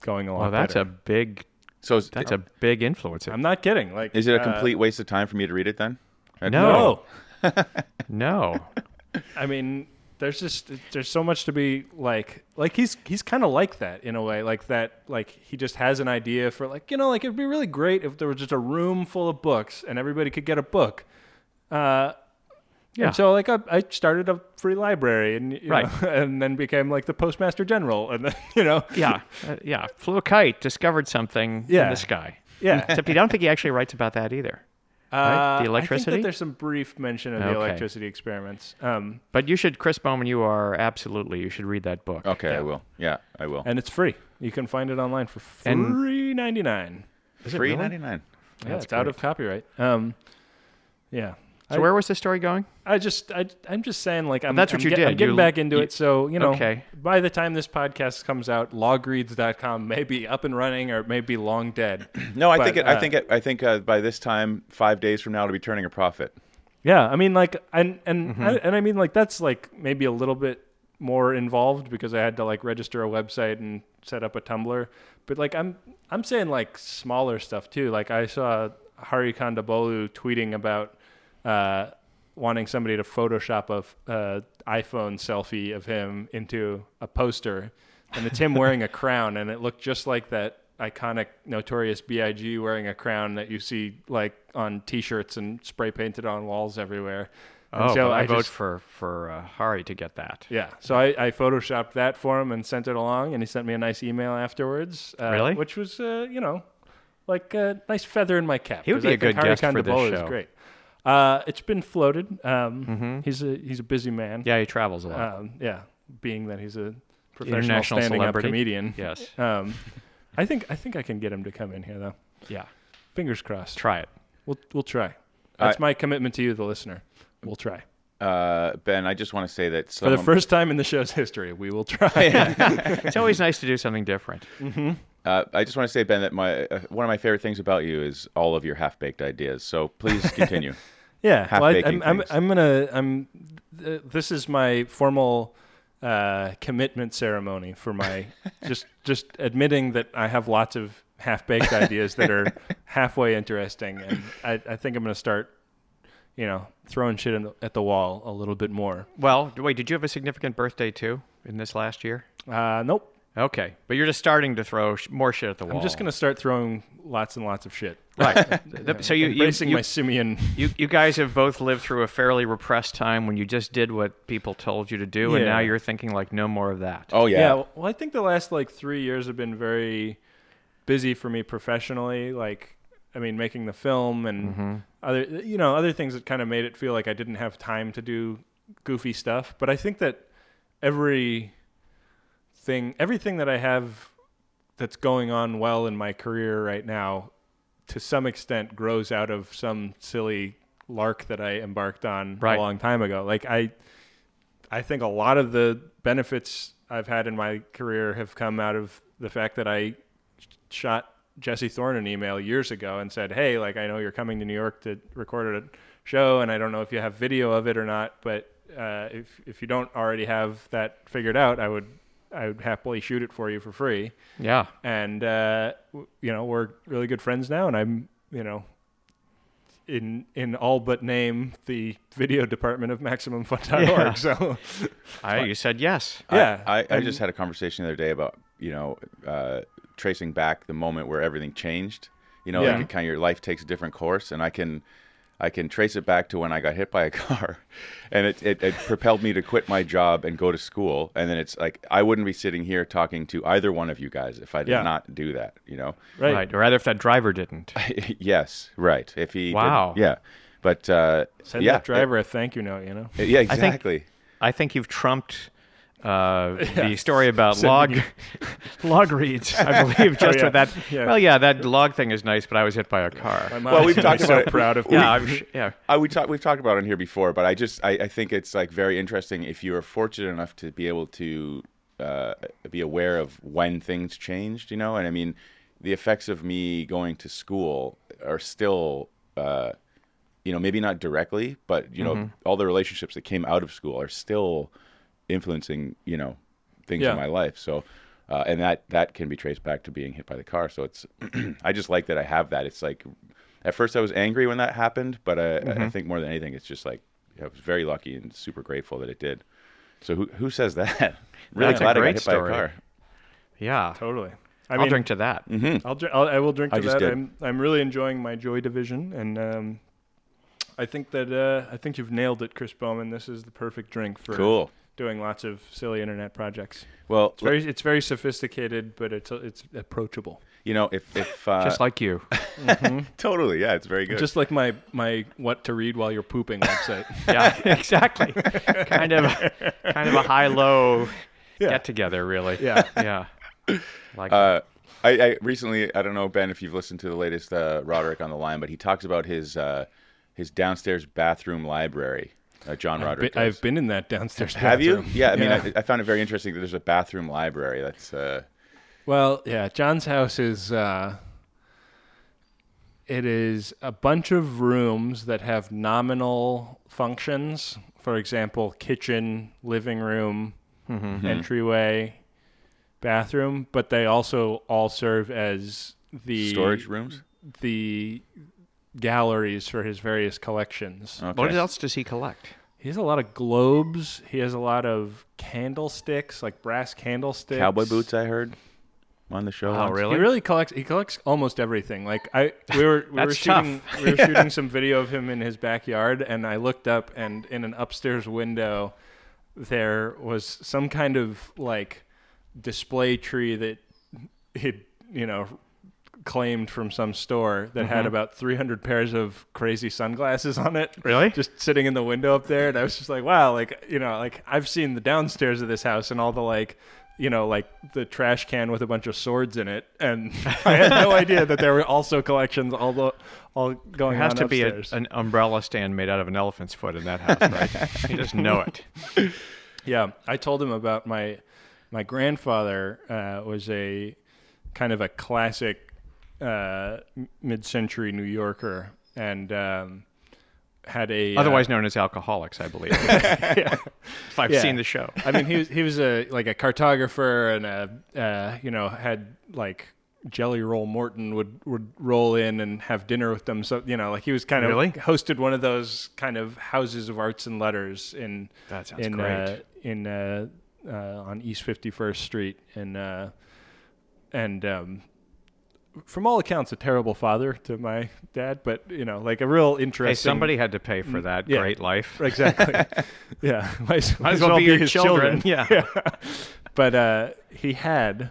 going a lot
Mm-hmm. Well, that's
better.
a big.
So is,
That's a big influence.
I'm not kidding. Like,
is it a
uh,
complete waste of time for me to read it then? I-
No.
no?
No.
I mean, there's just there's so much to be like like he's he's kind of like that in a way like that like he just has an idea for like you know like it'd be really great if there was just a room full of books and everybody could get a book. Uh,
Yeah.
And so like I, I started a free library and you
Right.
know, and then became like the postmaster general and then, you know
yeah. Uh, yeah. Flew a kite, discovered something in
Yeah.
the sky.
yeah.
Except I don't think he actually writes about that either.
Uh,
Right? The
I think
electricity?
that there's some brief mention of
Okay.
the electricity experiments. Um,
But you should, Chris Bowman, you are absolutely, you should read that book.
Okay, I will. Yeah, I will.
and it's free. You can find it online for
And-
free ninety nine.
Three ninety nine.
Yeah,
That's
it's out of copyright. Um, yeah.
So
I-
where was the story going?
I just, I, I'm just saying, like, I'm,
that's what
I'm
you
get- I'm
did.
getting
You-
back into
you-
it, so you know,
okay.
by the time this podcast comes out, logreads.com may be up and running or it may be long dead.
No, I
But,
think it, I
uh,
think it, I think uh, by this time, five days from now, it'll be turning a profit.
yeah, I mean, like, and and I, and I mean, like, that's like maybe a little bit more involved because I had to like register a website and set up a Tumblr, but like, I'm I'm saying like smaller stuff too. Like, I saw Hari Kondabolu tweeting about. Uh, wanting somebody to Photoshop a f- uh, iPhone selfie of him into a poster and it's him wearing a crown, and it looked just like that iconic Notorious B.I.G. wearing a crown that you see like on T-shirts and spray painted on walls everywhere. And
Oh,
so
but I, vote
just-
for for uh, Hari to get that.
yeah, so I, I photoshopped that for him and sent it along, and he sent me a nice email afterwards. Uh,
Really?
Which was, uh, you know, like a nice feather in my cap.
He would
'cause
be
I
a
think
good guest for this
Condabolo is
show. Mm-hmm.
great. Uh, it's been floated. Um, He's a he's a busy man.
Yeah, he travels a lot.
Um, yeah, being that he's a professional
International
standing up
celebrity.
comedian.
yes.
Um, I think I think I can get him to come in here though.
Yeah.
Fingers crossed.
Try it.
We'll we'll try.
I-
That's my commitment to you, the listener. We'll try.
Uh, ben, I just want to say that
For
someone,
the first time in the show's history, we will try.
It's always nice to do something different.
uh, I just want to say, Ben, that my uh, one of my favorite things about you is all of your half baked ideas. So please continue.
yeah. Well, I,
Half-baking
I'm, I'm
things.
I'm gonna I'm th- this is my formal uh, commitment ceremony for my just just admitting that I have lots of half baked ideas that are halfway interesting, and I, I think I'm gonna start. You know, throwing shit in the, at the wall a little bit more.
Well, d- wait, did you have a significant birthday too in this last year?
Uh, nope,
Okay, but you're just starting to throw sh- more shit at the wall.
I'm just gonna start throwing lots and lots of shit.
right. The- so you you,
Embracing
you,
my simian.
you you guys have both lived through a fairly repressed time when you just did what people told you to do, and
Yeah.
now you're thinking like no more of that.
Oh
Yeah.
yeah,
Well, I think the last like three years have been very busy for me professionally. Like, I mean, making the film and
Mm-hmm.
other, you know, other things that kind of made it feel like I didn't have time to do goofy stuff. But I think that every thing, everything that I have that's going on well in my career right now, to some extent, grows out of some silly lark that I embarked on
Right.
a long time ago. Like I, I think a lot of the benefits I've had in my career have come out of the fact that I sh- shot Jesse Thorne an email years ago and said, "Hey, like I know you're coming to New York to record a show, and I don't know if you have video of it or not, but uh, if if you don't already have that figured out, I would I would happily shoot it for you for free."
Yeah.
and uh, w- you know we're really good friends now, and I'm you know in in all but name the video department of MaximumFun.org.
Yeah.
So
I, you said yes.
I-
yeah,
I, I,
and-
just had a conversation the other day about you know uh, tracing back the moment where everything changed. You know,
Yeah.
like it kind of your life takes a different course, and I can. I can trace it back to when I got hit by a car, and it, it, it propelled me to quit my job and go to school. And then it's like I wouldn't be sitting here talking to either one of you guys if I did
Yeah.
not do that. You know,
right.
Right. Or rather, if that driver didn't.
yes, right. If he did-
Wow.
yeah, but uh,
Send
yeah,
that driver a thank you note. You know,
it- yeah,
think-
exactly.
I think you've trumped uh, the story about
Sending
log
you- Oh,
log reads. I believe just
yeah.
with that.
Yeah.
Well, yeah, that log thing is nice, but I was hit by a car.
My
Well,
mom's
we've
gonna be
talked
so
about it.
proud of
We-
me.
Yeah, I'm, sh- yeah.
I Uh, we talk, we've talked about it on here before, but I just I, I think it's like very interesting if you are fortunate enough to be able to uh, be aware of when things changed, you know. And I mean, the effects of me going to school are still, uh, you know, maybe not directly, but you know,
Mm-hmm.
all the relationships that came out of school are still influencing, you know, things
Yeah.
in my life. So. Uh, and that that can be traced back to being hit by the car. So it's, I just like that I have that. It's like at first I was angry when that happened, but I,
Mm-hmm.
I think more than anything, it's just like I was very lucky and super grateful that it did. So who who says that? really
That's a
glad I got
great
hit
story.
by a car.
yeah.
Totally. I
I will
mean, mm-hmm.
drink to that.
I'll, dr- I'll I will drink
I
to
just
that.
did.
I'm I'm really enjoying my Joy Division, and um, I think that uh, I think you've nailed it, Chris Bowman. This is the perfect drink for
Cool.
doing lots of silly internet projects.
Well,
It's very it's very sophisticated, but it's it's approachable.
you know, if if uh,
Just like you.
totally, yeah, it's very good.
Just like my my what to read while you're pooping website.
yeah, exactly. kind of, kind of a high-low get together, really.
Yeah.
yeah. Like
uh, I, I recently, I don't know Ben if you've listened to the latest uh, Roderick on the line, but he talks about his uh, his downstairs bathroom library. Uh, John
I've,
Roderick.
been, I've
does.
been in that downstairs.
Have you?
bathroom.
Yeah, I mean, I, I found it very interesting that there's a bathroom library. That's uh,
Well, yeah, John's house is uh it is a bunch of rooms that have nominal functions. For example, kitchen, living room,
Mm-hmm.
entryway, bathroom, but they also all serve as the
storage rooms.
the galleries for his various collections.
Okay.
what else does he collect?
He has a lot of globes. He has a lot of candlesticks, like brass candlesticks.
Cowboy boots, I heard on the show. once.
He Oh, really collects. He collects almost everything. Like I, we were we were
That's tough.
shooting we were shooting some video of him in his backyard, and I looked up, and in an upstairs window, there was some kind of like display tree that he'd you know claimed from some store that
Mm-hmm.
had about 300 pairs of crazy sunglasses on it
Really?
just sitting in the window up there and i was just like wow like you know like i've seen the downstairs of this house and all the like you know like the trash can with a bunch of swords in it and i had no idea that there were also collections all the all going
There has
on
to be a,
upstairs.
an umbrella stand made out of an elephant's foot in that house, right? you just know it.
Yeah, I told him about my my grandfather uh, was a kind of a classic uh, m- mid-century New Yorker and um, had a uh,
Otherwise known as alcoholics, I believe. If I've
Yeah.
seen the show.
I mean, he was he was a like a cartographer and a uh, you know had like Jelly Roll Morton would would roll in and have dinner with them. So you know, like he was kind of
Really?
hosted one of those kind of houses of arts and letters in
That sounds
in,
great.
Uh, in uh, uh, on East Fifty First Street and uh, and um, from all accounts, a terrible father to my dad, but you know, like a real interesting.
Hey, somebody had to pay for that
Mm, yeah.
great life.
Exactly. yeah. Might as, might as
well be your
his
children. Yeah.
but uh, he had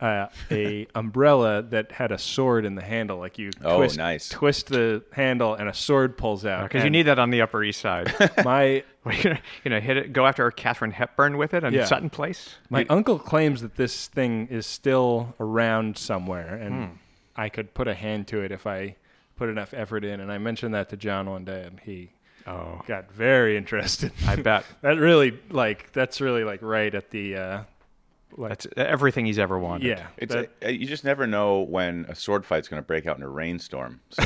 uh, a umbrella that had a sword in the handle. Like you
Oh,
twist,
nice.
twist the handle and a sword pulls out.
Because you
And
need that on the Upper East Side.
my
We're gonna, you know, hit it. Go after Catherine Hepburn with it on
Yeah.
Sutton Place.
my uncle claims that this thing is still around somewhere, and
Hmm.
I could put a hand to it if I put enough effort in. And I mentioned that to John one day, and he
Oh,
got very interested.
I bet
that really like that's really like right at the uh,
that's everything he's ever wanted.
yeah.
It's
that-
a, uh, you just never know when a sword fight's going to break out in a rainstorm. So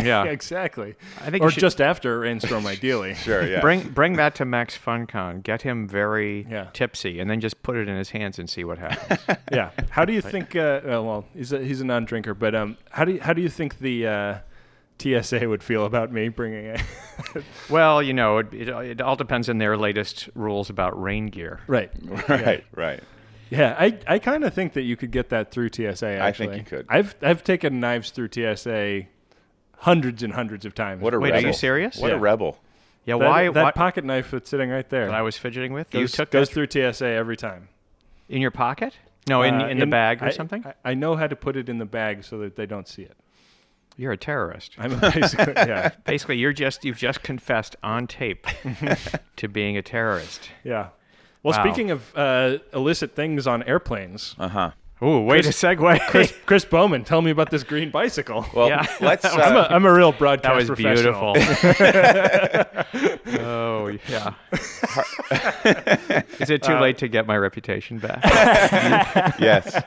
yeah.
exactly.
I think
or
you should-
just after a rainstorm, ideally.
sure, yeah.
Bring bring that to Max FunCon. Get him very
Yeah.
tipsy, and then just put it in his hands and see what happens.
Yeah. How do you think? Uh, uh, well, he's a, he's a non-drinker, but um, how do you, how do you think the uh, TSA would feel about me bringing it?
well, you know, it, it, it all depends on their latest rules about rain gear.
right.
right, right.
Yeah. I, I kind of think that you could get that through TSA. Actually.
I think you could.
I've I've taken knives through TSA hundreds and hundreds of times.
What a
Wait, are
rebel.
you serious?
What a
Yeah.
rebel.
Yeah,
that,
why?
that
why
pocket knife that's sitting right there?
that I was fidgeting with.
goes,
you took
goes
that
through TSA every time.
in your pocket? No, in
Uh,
in the bag or
I-
something.
I, I know how to put it in the bag so that they don't see it.
You're a terrorist.
I'm basically yeah.
Basically, you're just you've just confessed on tape to being a terrorist.
Yeah. Well,
Wow.
speaking of uh, illicit things on airplanes,
Uh huh.
Ooh, way to segue.
Chris, Chris Bowman, tell me about this green bicycle.
Well,
Yeah.
let's. Uh,
I'm, a, I'm a real broadcast
That was
professional.
beautiful. oh yeah. Is it too late to get my reputation back?
yes.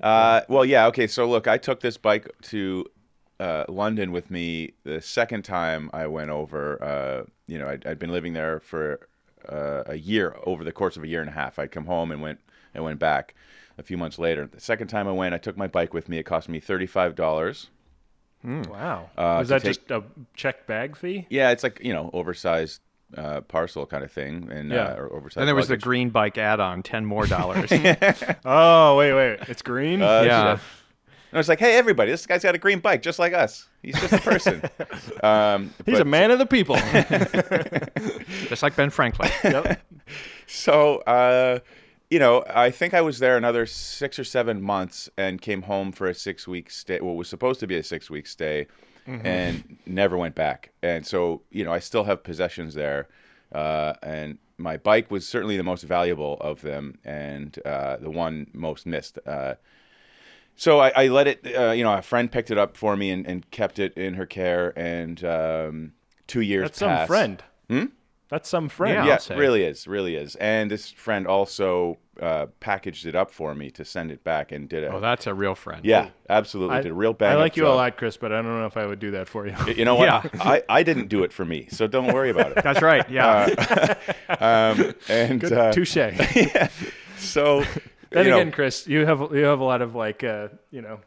Uh, well, yeah. Okay. So look, I took this bike to uh, London with me the second time I went over. Uh, you know, I'd, I'd been living there for uh, a year. Over the course of a year and a half, I'd come home and went and went back a few months later. The second time I went, I took my bike with me. It cost me thirty five dollars.
Hmm. Wow.
Uh,
was
to
that
take-
just a check bag fee?
Yeah, it's like you know, oversized uh, parcel kind of thing, and
Yeah.
uh, or oversized.
then there was the
luggage.
green bike add-on, ten more dollars.
Oh, wait, wait. It's green?
Uh,
yeah.
And I was like, hey, everybody, this guy's got a green bike just like us. He's just a person. um,
He's a
but-
man of the people.
Just like Ben Franklin.
Yep.
So, uh, you know, I think I was there another six or seven months and came home for a six week stay. What was supposed to be a six week stay
Mm-hmm.
and never went back. And so, you know, I still have possessions there. Uh, and my bike was certainly the most valuable of them and uh, the one most missed. Uh, so I, I let it, uh, you know, a friend picked it up for me and, and kept it in her care. And um, two years
That's some
passed.
friend. Hmm? That's some friend.
Yeah.
Yeah,
I'll say.
really is, really is. And this friend also uh, packaged it up for me to send it back and did it.
Oh, that's a real friend.
yeah, absolutely. did a real bang.
I
up
like you a
job.
lot, Chris, but I don't know if I would do that for you.
Y- You know what?
Yeah.
I, I didn't do it for me, so don't worry about it.
That's right. Yeah.
Um, and uh,
Touche. Then
so, you know,
again, Chris, you have you have a lot of like uh, you know,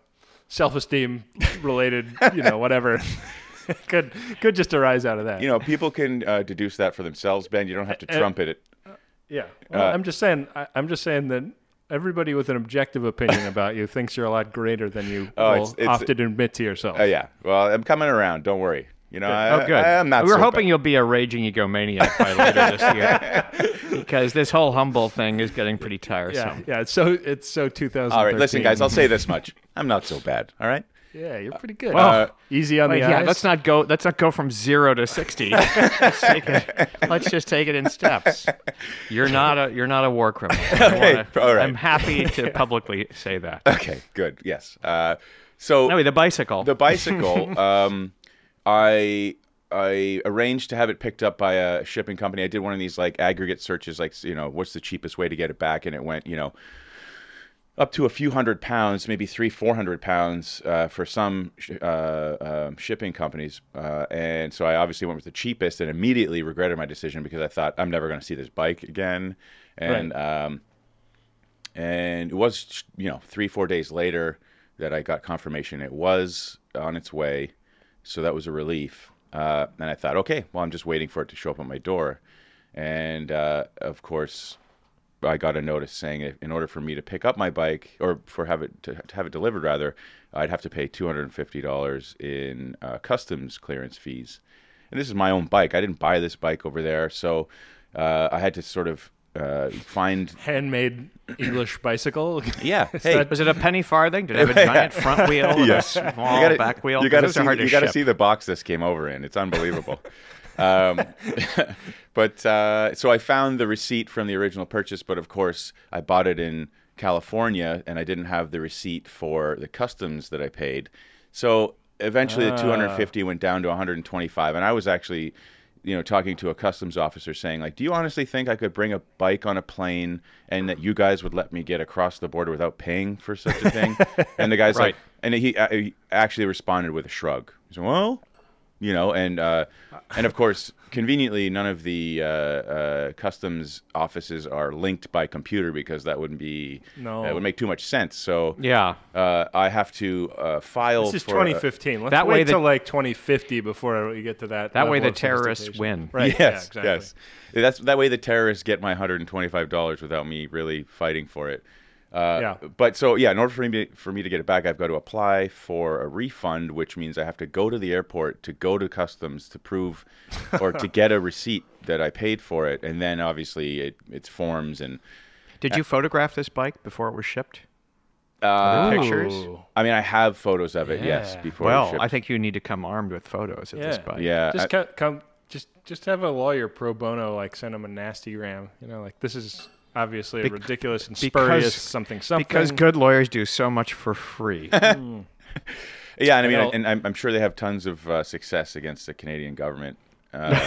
self esteem related, you know, whatever. could could just arise out of that.
You know, people can uh, deduce that for themselves, Ben. You don't
Eh,
have to trumpet it. uh,
yeah. Well, I'm just saying. I, I'm just saying that everybody with an objective opinion about you thinks you're a lot greater than you
Oh,
will
it's- it's-
often admit to yourself.
Oh yeah. Well, I'm coming around. Don't worry. You know, I,
Oh, good.
I, am not.
We were
so
hoping
bad.
you'll be a raging egomaniac by later this year, because this whole humble thing is getting pretty tiresome.
yeah. Yeah. It's so it's so 2000.
All right, listen, guys. I'll say this much: I'm not so bad. All right.
Yeah, you're pretty good.
Well,
easy on
Wait,
the
yeah,
eyes.
let's not go. Let's not go from zero to sixty. let's, take it, let's just take it in steps. You're not a you're not a war criminal. I
Okay, all right.
I'm happy to publicly say that.
Okay. Good. Yes. Uh, so
Anyway, the bicycle.
the bicycle, um, I I arranged to have it picked up by a shipping company. I did one of these like aggregate searches, like you know, what's the cheapest way to get it back, and it went, you know, up to a few hundred pounds, maybe three, four hundred pounds uh, for some sh- uh, um, shipping companies. Uh, and so I obviously went with the cheapest and immediately regretted my decision because I thought I'm never going to see this bike again. And um, and it was, you know, three, four days later that I got confirmation it was on its way. So that was a relief. Uh, and I thought, okay, well, I'm just waiting for it to show up at my door. And uh, of course, I got a notice saying if, in order for me to pick up my bike or for have it to, to have it delivered rather, I'd have to pay two hundred and fifty dollars in uh, customs clearance fees. And this is my own bike. I didn't buy this bike over there, so uh, I had to sort of uh, find.
handmade English bicycle.
Yeah, hey,
was it a penny farthing? Did it have a giant front wheel and
Yeah.
a small back wheel?
You gotta
Those
see,
are hard to
you gotta
ship.
see the box this came over in. It's unbelievable. um, but uh, so I found the receipt from the original purchase, but of course I bought it in California, and I didn't have the receipt for the customs that I paid. So eventually the 250 went down to 125, and I was actually. You know, talking to a customs officer saying, like, do you honestly think I could bring a bike on a plane and that you guys would let me get across the border without paying for such a thing? and the guy's like,
Right.
and he, uh, he actually responded with a shrug. He said, "Well, you know," and uh, and of course, conveniently, none of the uh, uh, customs offices are linked by computer because that wouldn't be
No.
that would make too much sense. So
Yeah.
uh, I have to uh, file.
This is
for,
2015. Let's
That
wait
way the-
till like 2050 before we get to that.
That way
level
the
of
terrorists
sophistication.
win.
yes,
Right. yeah, exactly.
yes. That's that way the terrorists get my hundred and twenty-five dollars without me really fighting for it. Uh,
Yeah.
But so yeah, in order for me for me to get it back, I've got to apply for a refund, which means I have to go to the airport to go to customs to prove or to get a receipt that I paid for it, and then obviously it it's forms and
Did you photograph this bike before it was shipped?
uh,
Are there pictures.
Ooh.
I mean I have photos of it, yes.
Yeah.
Before it was
Well,
shipped.
I think you need to come armed with photos of this
Yeah.
bike.
yeah,
Just
I-
co- come. Just just have a lawyer pro bono like send him a nasty ram. You know, like this is obviously a ridiculous and spurious
because-
something something.
Because good lawyers do so much for free.
Yeah, and I mean,
You know-
and I'm, I'm sure they have tons of uh, success against the Canadian government, uh,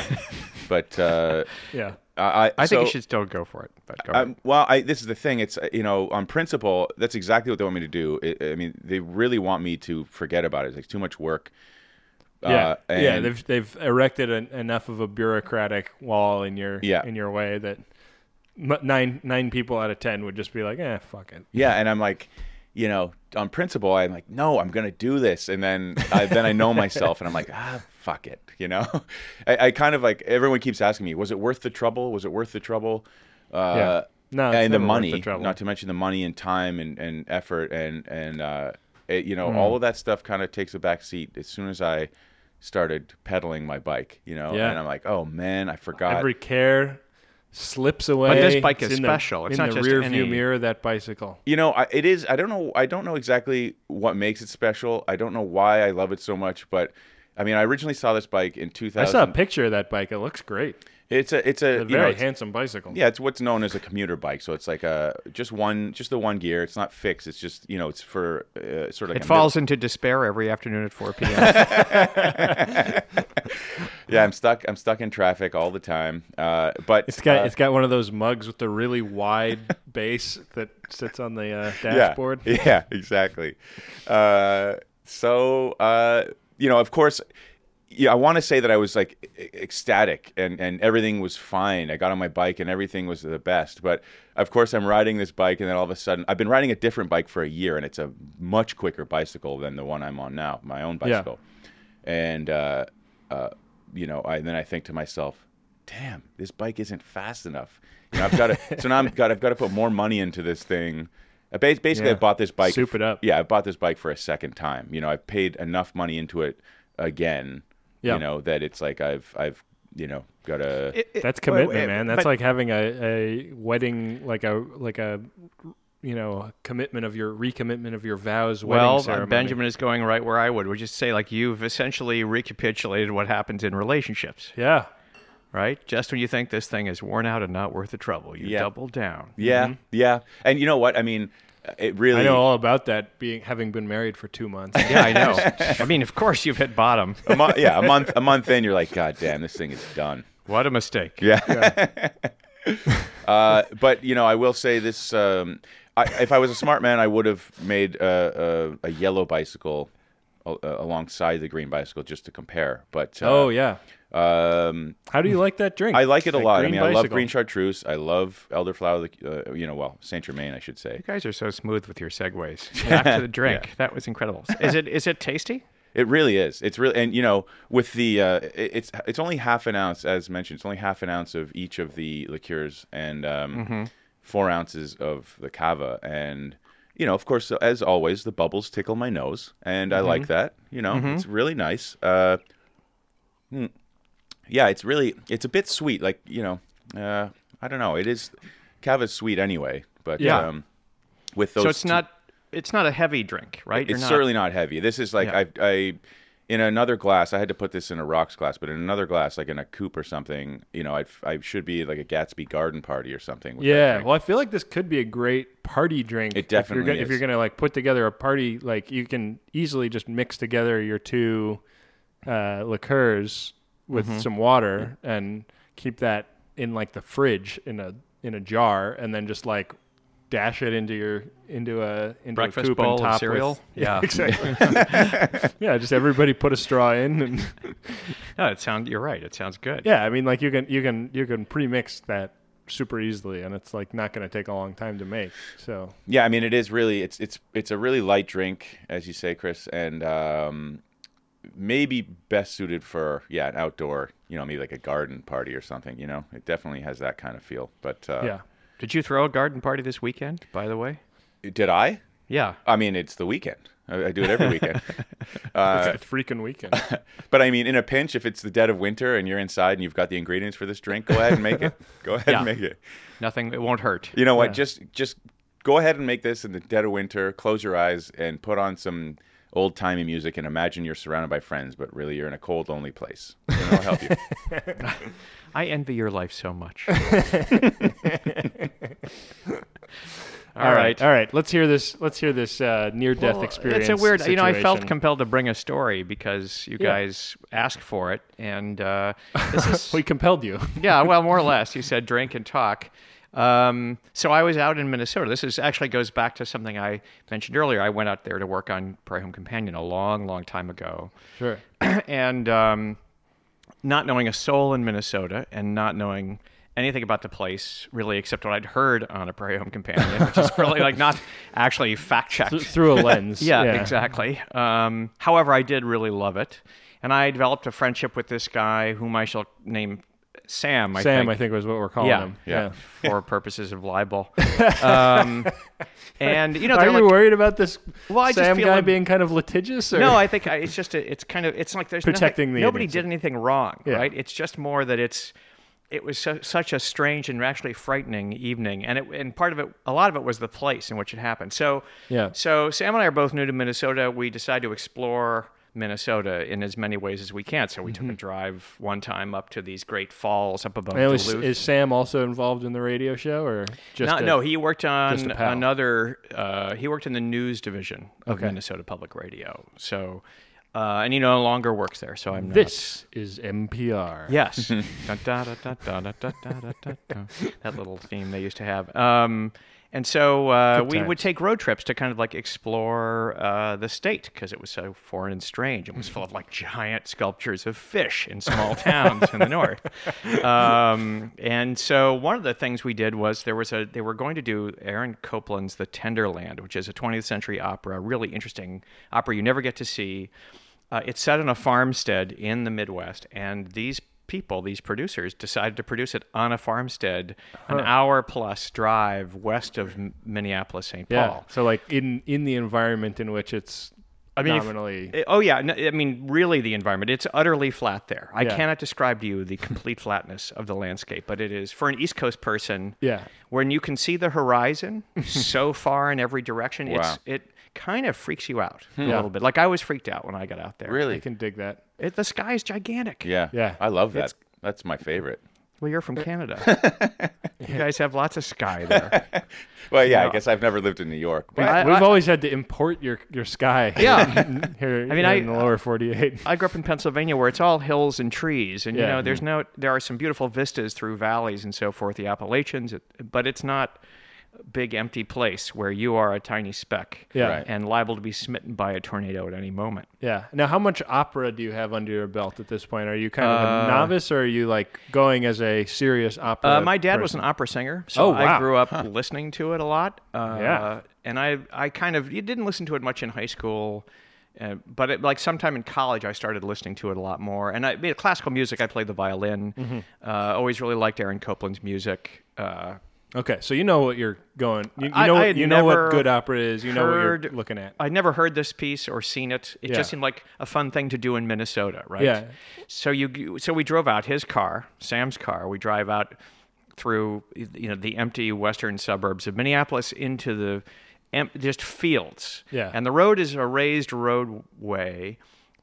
but uh,
yeah.
I,
I think
so-
you should still go for it. But go ahead.
Um, well, I, this is the thing. It's uh, you know, on principle, that's exactly what they want me to do. I, I mean, they really want me to forget about it. It's like too much work.
Yeah,
and-
yeah, they've they've erected an, enough of a bureaucratic wall in your
Yeah.
in your way that m- nine nine people out of ten would just be like, eh, fuck it.
Yeah, and I'm like, you know, on principle, I'm like, no, I'm gonna do this, and then I, then I know myself, and I'm like, ah, fuck it, you know. I, I kind of like everyone keeps asking me, was it worth the trouble? Was it worth the trouble? Uh,
Yeah. No, it's
and the
never worth
money,
the trouble.
not to mention the money and time and, and effort and and uh, it, you know
Mm.
all of that stuff kind of takes a back seat as soon as I started pedaling my bike, you know,
Yeah.
and I'm like, oh man, I forgot.
Every care slips away.
this bike
It's
is
in the-
special. It's
in
not
the
just
rear view
any-
mirror of that bicycle.
you know I, it is i don't know i don't know exactly what makes it special i don't know why i love it so much but i mean i originally saw this bike in
I
2000
saw a picture of that bike. It looks great.
it's a it's a,
A
you know,
very
it's,
handsome bicycle.
yeah it's what's known as a commuter bike so it's like a just one just the one gear it's not fixed it's just you know it's for uh, sort of like
it
a
falls into despair every afternoon at 4 p.m.
mid- yeah i'm stuck i'm stuck in traffic all the time uh, but
It's got it's got one of those mugs with the really wide base that sits on the uh, dashboard.
Yeah, yeah exactly. Uh, so uh, you know, of course, yeah, I want to say that I was like ec- ecstatic and and everything was fine. I got on my bike and everything was the best. But of course, I'm riding this bike, and then all of a sudden, I've been riding a different bike for a year, and it's a much quicker bicycle than the one I'm on now, my own bicycle. and uh, uh, you know, I, and then I think to myself, "Damn, this bike isn't fast enough." You know, I've got to so now I've got I've got to put more money into this thing. I bas- Basically,
Yeah.
I bought this bike.
Soup it up.
Yeah, I bought this bike for a second time. You know, I've paid enough money into it again.
Yeah.
You know that it's like I've I've you know got a
That's
Wait, wait,
commitment, man. That's
but-
like having a, a wedding, like a like a you know commitment of your recommitment of your vows. Wedding
Well, uh,
ceremony.
Benjamin is going right where I would, which is say, like, you've essentially recapitulated what happens in relationships,
Yeah,
right? Just when you think this thing is worn out and not worth the trouble, you
Yeah.
double down.
yeah yeah. And you know what? I mean, it really.
Mm-hmm. I know all about that. Being having been married for two months.
Yeah, I know. I mean, of course, you've hit bottom.
a month, yeah, a month, a month in, you're like, God damn, this thing is done.
What a mistake.
Yeah. uh, but you know, I will say this: um, I, if I was a smart man, I would have made a, a, a yellow bicycle a, alongside the green bicycle just to compare. But uh,
oh yeah.
um,
How do you like that drink?
I like it a
That
lot. I
green
mean, I love
bicycle.
green chartreuse. I love elderflower. Uh, you know, well, Saint Germain, I should say.
You guys are so smooth with your segues. Back to the drink. That was incredible. Is it is it tasty?
It really is. It's really, and you know, with the uh, it- it's it's only half an ounce, as mentioned. It's only half an ounce of each of the liqueurs and um,
Mm-hmm.
four ounces of the cava. And you know, of course, as always, the bubbles tickle my nose, and I
Mm-hmm.
like that. You know, it's really nice. Uh, mm. yeah, it's really it's a bit sweet. Like you know, uh, I don't know. It is cava's sweet anyway, but
Yeah.
um, with those
so it's
two-
not it's not a heavy drink, right? You're
it's
not-
certainly not heavy. This is like
Yeah.
I, I, in another glass. I had to put this in a rocks glass, but in another glass, like in a coupe or something. You know, I'd, I should be at, like a Gatsby garden party or something. with that
Yeah,
drink.
well, I feel like this could be a great party drink.
It
if
definitely
you're, gonna-
is.
If you're gonna like put together a party, like you can easily just mix together your two uh, liqueurs with
Mm-hmm.
some water and keep that in like the fridge in a in a jar, and then just like dash it into your into a into
Breakfast
a coupe
bowl
and
of
top
cereal?
With,
Yeah.
exactly. yeah, just everybody put a straw in, and
No, it sounds. You're right. It sounds good.
yeah, I mean like you can you can you can pre-mix that super easily, and it's like not gonna take a long time to make. So
yeah. I mean, it is really. It's it's it's a really light drink, as you say, Chris, and um, maybe best suited for yeah an outdoor. You know, maybe like a garden party or something. You know, it definitely has that kind of feel. But uh,
yeah.
Did you throw a garden party this weekend? By the way.
did I?
Yeah.
I mean, it's the weekend. I, I do it every weekend.
It's a freaking weekend.
But I mean, in a pinch, if it's the dead of winter and you're inside and you've got the ingredients for this drink, go ahead and make it. Go ahead and
Yeah.
make it.
Nothing. It won't hurt.
You know what? Just just go ahead and make this in the dead of winter. Close your eyes and put on some old timey music and imagine you're surrounded by friends, but really you're in a cold, lonely place. And I'll help you.
I envy your life so much. All right.
all right. Let's hear this. Let's hear this uh, near-death
Well,
experience.
It's a weird, you know, I felt
situation.
compelled to bring a story because you guys asked for it, and uh, this is
we compelled you.
yeah, well, more or less. You said drink and talk. Um, so I was out in Minnesota. This is actually goes back to something I mentioned earlier. I went out there to work on Prairie Home Companion a long, long time ago,
Sure.
and um, not knowing a soul in Minnesota and not knowing anything about the place really, except what I'd heard on a Prairie Home Companion, which is really like not actually fact checked.
Through a lens.
Yeah, exactly. Um, however, I did really love it, and I developed a friendship with this guy whom I shall name Sam. I
Sam,
think.
I think was what we're calling
Yeah.
him.
Yeah.
for purposes of libel. Um, and you know,
Are
they're
you
like,
worried about this
Well, I just
Sam
feel
guy
I'm-
being kind of litigious? Or?
no, I think I, it's just a, it's kind of it's like there's
Protecting
nothing,
the
nobody
innocent.
did anything wrong,
Yeah.
right? It's just more that it's it was so, such a strange and actually frightening evening, and it and part of it, a lot of it was the place in which it happened. So
Yeah.
so Sam and I are both new to Minnesota. We decided to explore Minnesota in as many ways as we can. So we
Mm-hmm.
took a drive one time up to these great falls up above
And it was-
Duluth.
is Sam also involved in the radio show or just
Not,
a-
no, he worked on
a pal.
another. Uh, he worked in the news division of Minnesota Public Radio. So, uh, and he no longer works there. So I'm not-
This is NPR.
Yes. Dun, da, da, da, da, da, da, da, da, da, da. that little theme they used to have. Um, and so uh, we would
times.
take road trips to kind of like explore uh, the state because it was so foreign and strange. It was full of like giant sculptures of fish in small towns in the north. Um, and so one of the things we did was there was a they were going to do Aaron Copland's The Tenderland, which is a 20th century opera, really interesting opera you never get to see Uh, it's set on a farmstead in the Midwest, and these people, these producers, decided to produce it on a farmstead, an hour plus drive west of M- Minneapolis, St.
Yeah.
Paul.
So like in in the environment in which it's
I mean, if-
nominally
Eh, Oh yeah, no, I mean, really, the environment—it's utterly flat there. I
Yeah.
cannot describe to you the complete flatness of the landscape, but it is for an East Coast person.
Yeah.
when you can see the horizon so far in every direction, it's it kind of freaks you out a little bit. Like I was freaked out when I got out there.
I
Really?
can dig that.
It, the sky is gigantic.
Yeah.
Yeah.
I love that. That's my favorite.
Well, you're from
Uh,
Canada. you guys have lots of sky there.
Well, yeah, I guess I've never lived in New York. But
I-
We've
I-
always had to import your your sky.
Yeah.
Here,
mean,
here
I-
in the lower 48.
I grew up in Pennsylvania where it's all hills and trees, and you
Yeah. Mm-hmm.
know, there's no, there are some beautiful vistas through valleys and so forth, the Appalachians, it- but it's not a big empty place where you are a tiny speck,
Yeah.
Right.
and liable to be smitten by a tornado at any moment.
Yeah. Now, how much opera do you have under your belt at this point? Are you kind of a novice, or are you like going as a serious opera?
Uh, my dad was an
person?
opera singer, so
Oh, wow.
I grew up listening to it a lot. Uh,
Yeah.
and I I kind of you didn't listen to it much in high school, uh, but it, like sometime in college I started listening to it a lot more. And I you know, classical music. I played the violin.
Mm-hmm.
Uh, always really liked Aaron Copland's music. Uh,
Okay, so you know what you're going. You, you
I-
know,
I
what,
had
you know what
never
good opera is. You know what you're
heard-
looking at.
I never heard this piece or seen it. It
Yeah.
just seemed like a fun thing to do in Minnesota, right?
Yeah.
So you so we drove out his car, Sam's car. We drive out through you know the empty western suburbs of Minneapolis into the em- just fields.
Yeah.
And the road is a raised roadway,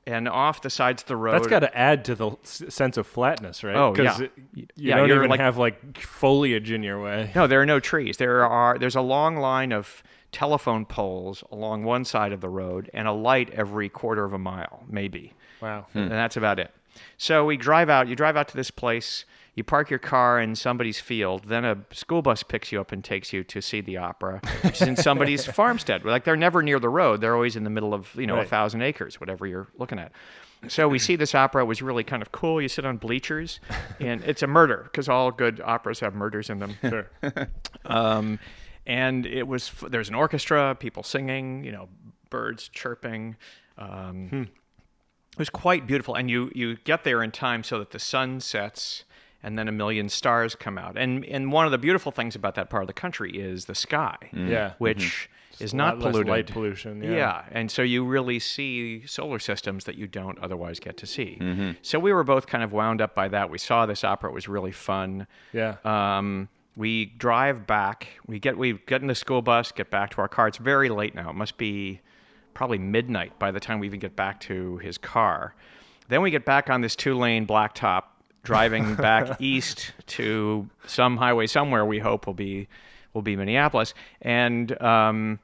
and off the sides of the road.
That's got to add to the s- sense of flatness, right?
Oh,
'Cause
yeah.
it- you
Yeah,
don't
you're
even
like-
have like foliage in your way.
No, there are no trees. There are there's a long line of telephone poles along one side of the road and a light every quarter of a mile, maybe.
Wow.
And that's about it. So we drive out, you drive out to this place, you park your car in somebody's field, then a school bus picks you up and takes you to see the opera, which is in somebody's farmstead. Like they're never near the road, they're always in the middle of, you know,
Right.
a thousand acres, whatever you're looking at. So we see this opera it was really kind of cool. You sit on bleachers, and it's a murder because all good operas have murders in them.
Sure.
Um, and it was f- there's an orchestra, people singing, you know, birds chirping. Um,
Hmm.
It was quite beautiful, and you you get there in time so that the sun sets, and then a million stars come out. and And one of the beautiful things about that part of the country is the sky,
Yeah.
which is
Mm-hmm. A
Mm. not
lot less
polluted.
Light pollution. Yeah.
Yeah. and so you really see solar systems that you don't otherwise get to see.
Mm-hmm.
So we were both kind of wound up by that. We saw this opera; it was really fun.
Yeah.
Um, we drive back. We get we get in the school bus, get back to our car. It's very late now. It must be probably midnight by the time we even get back to his car. Then we get back on this two-lane blacktop, driving back east to some highway somewhere. We hope will be will be Minneapolis. And um,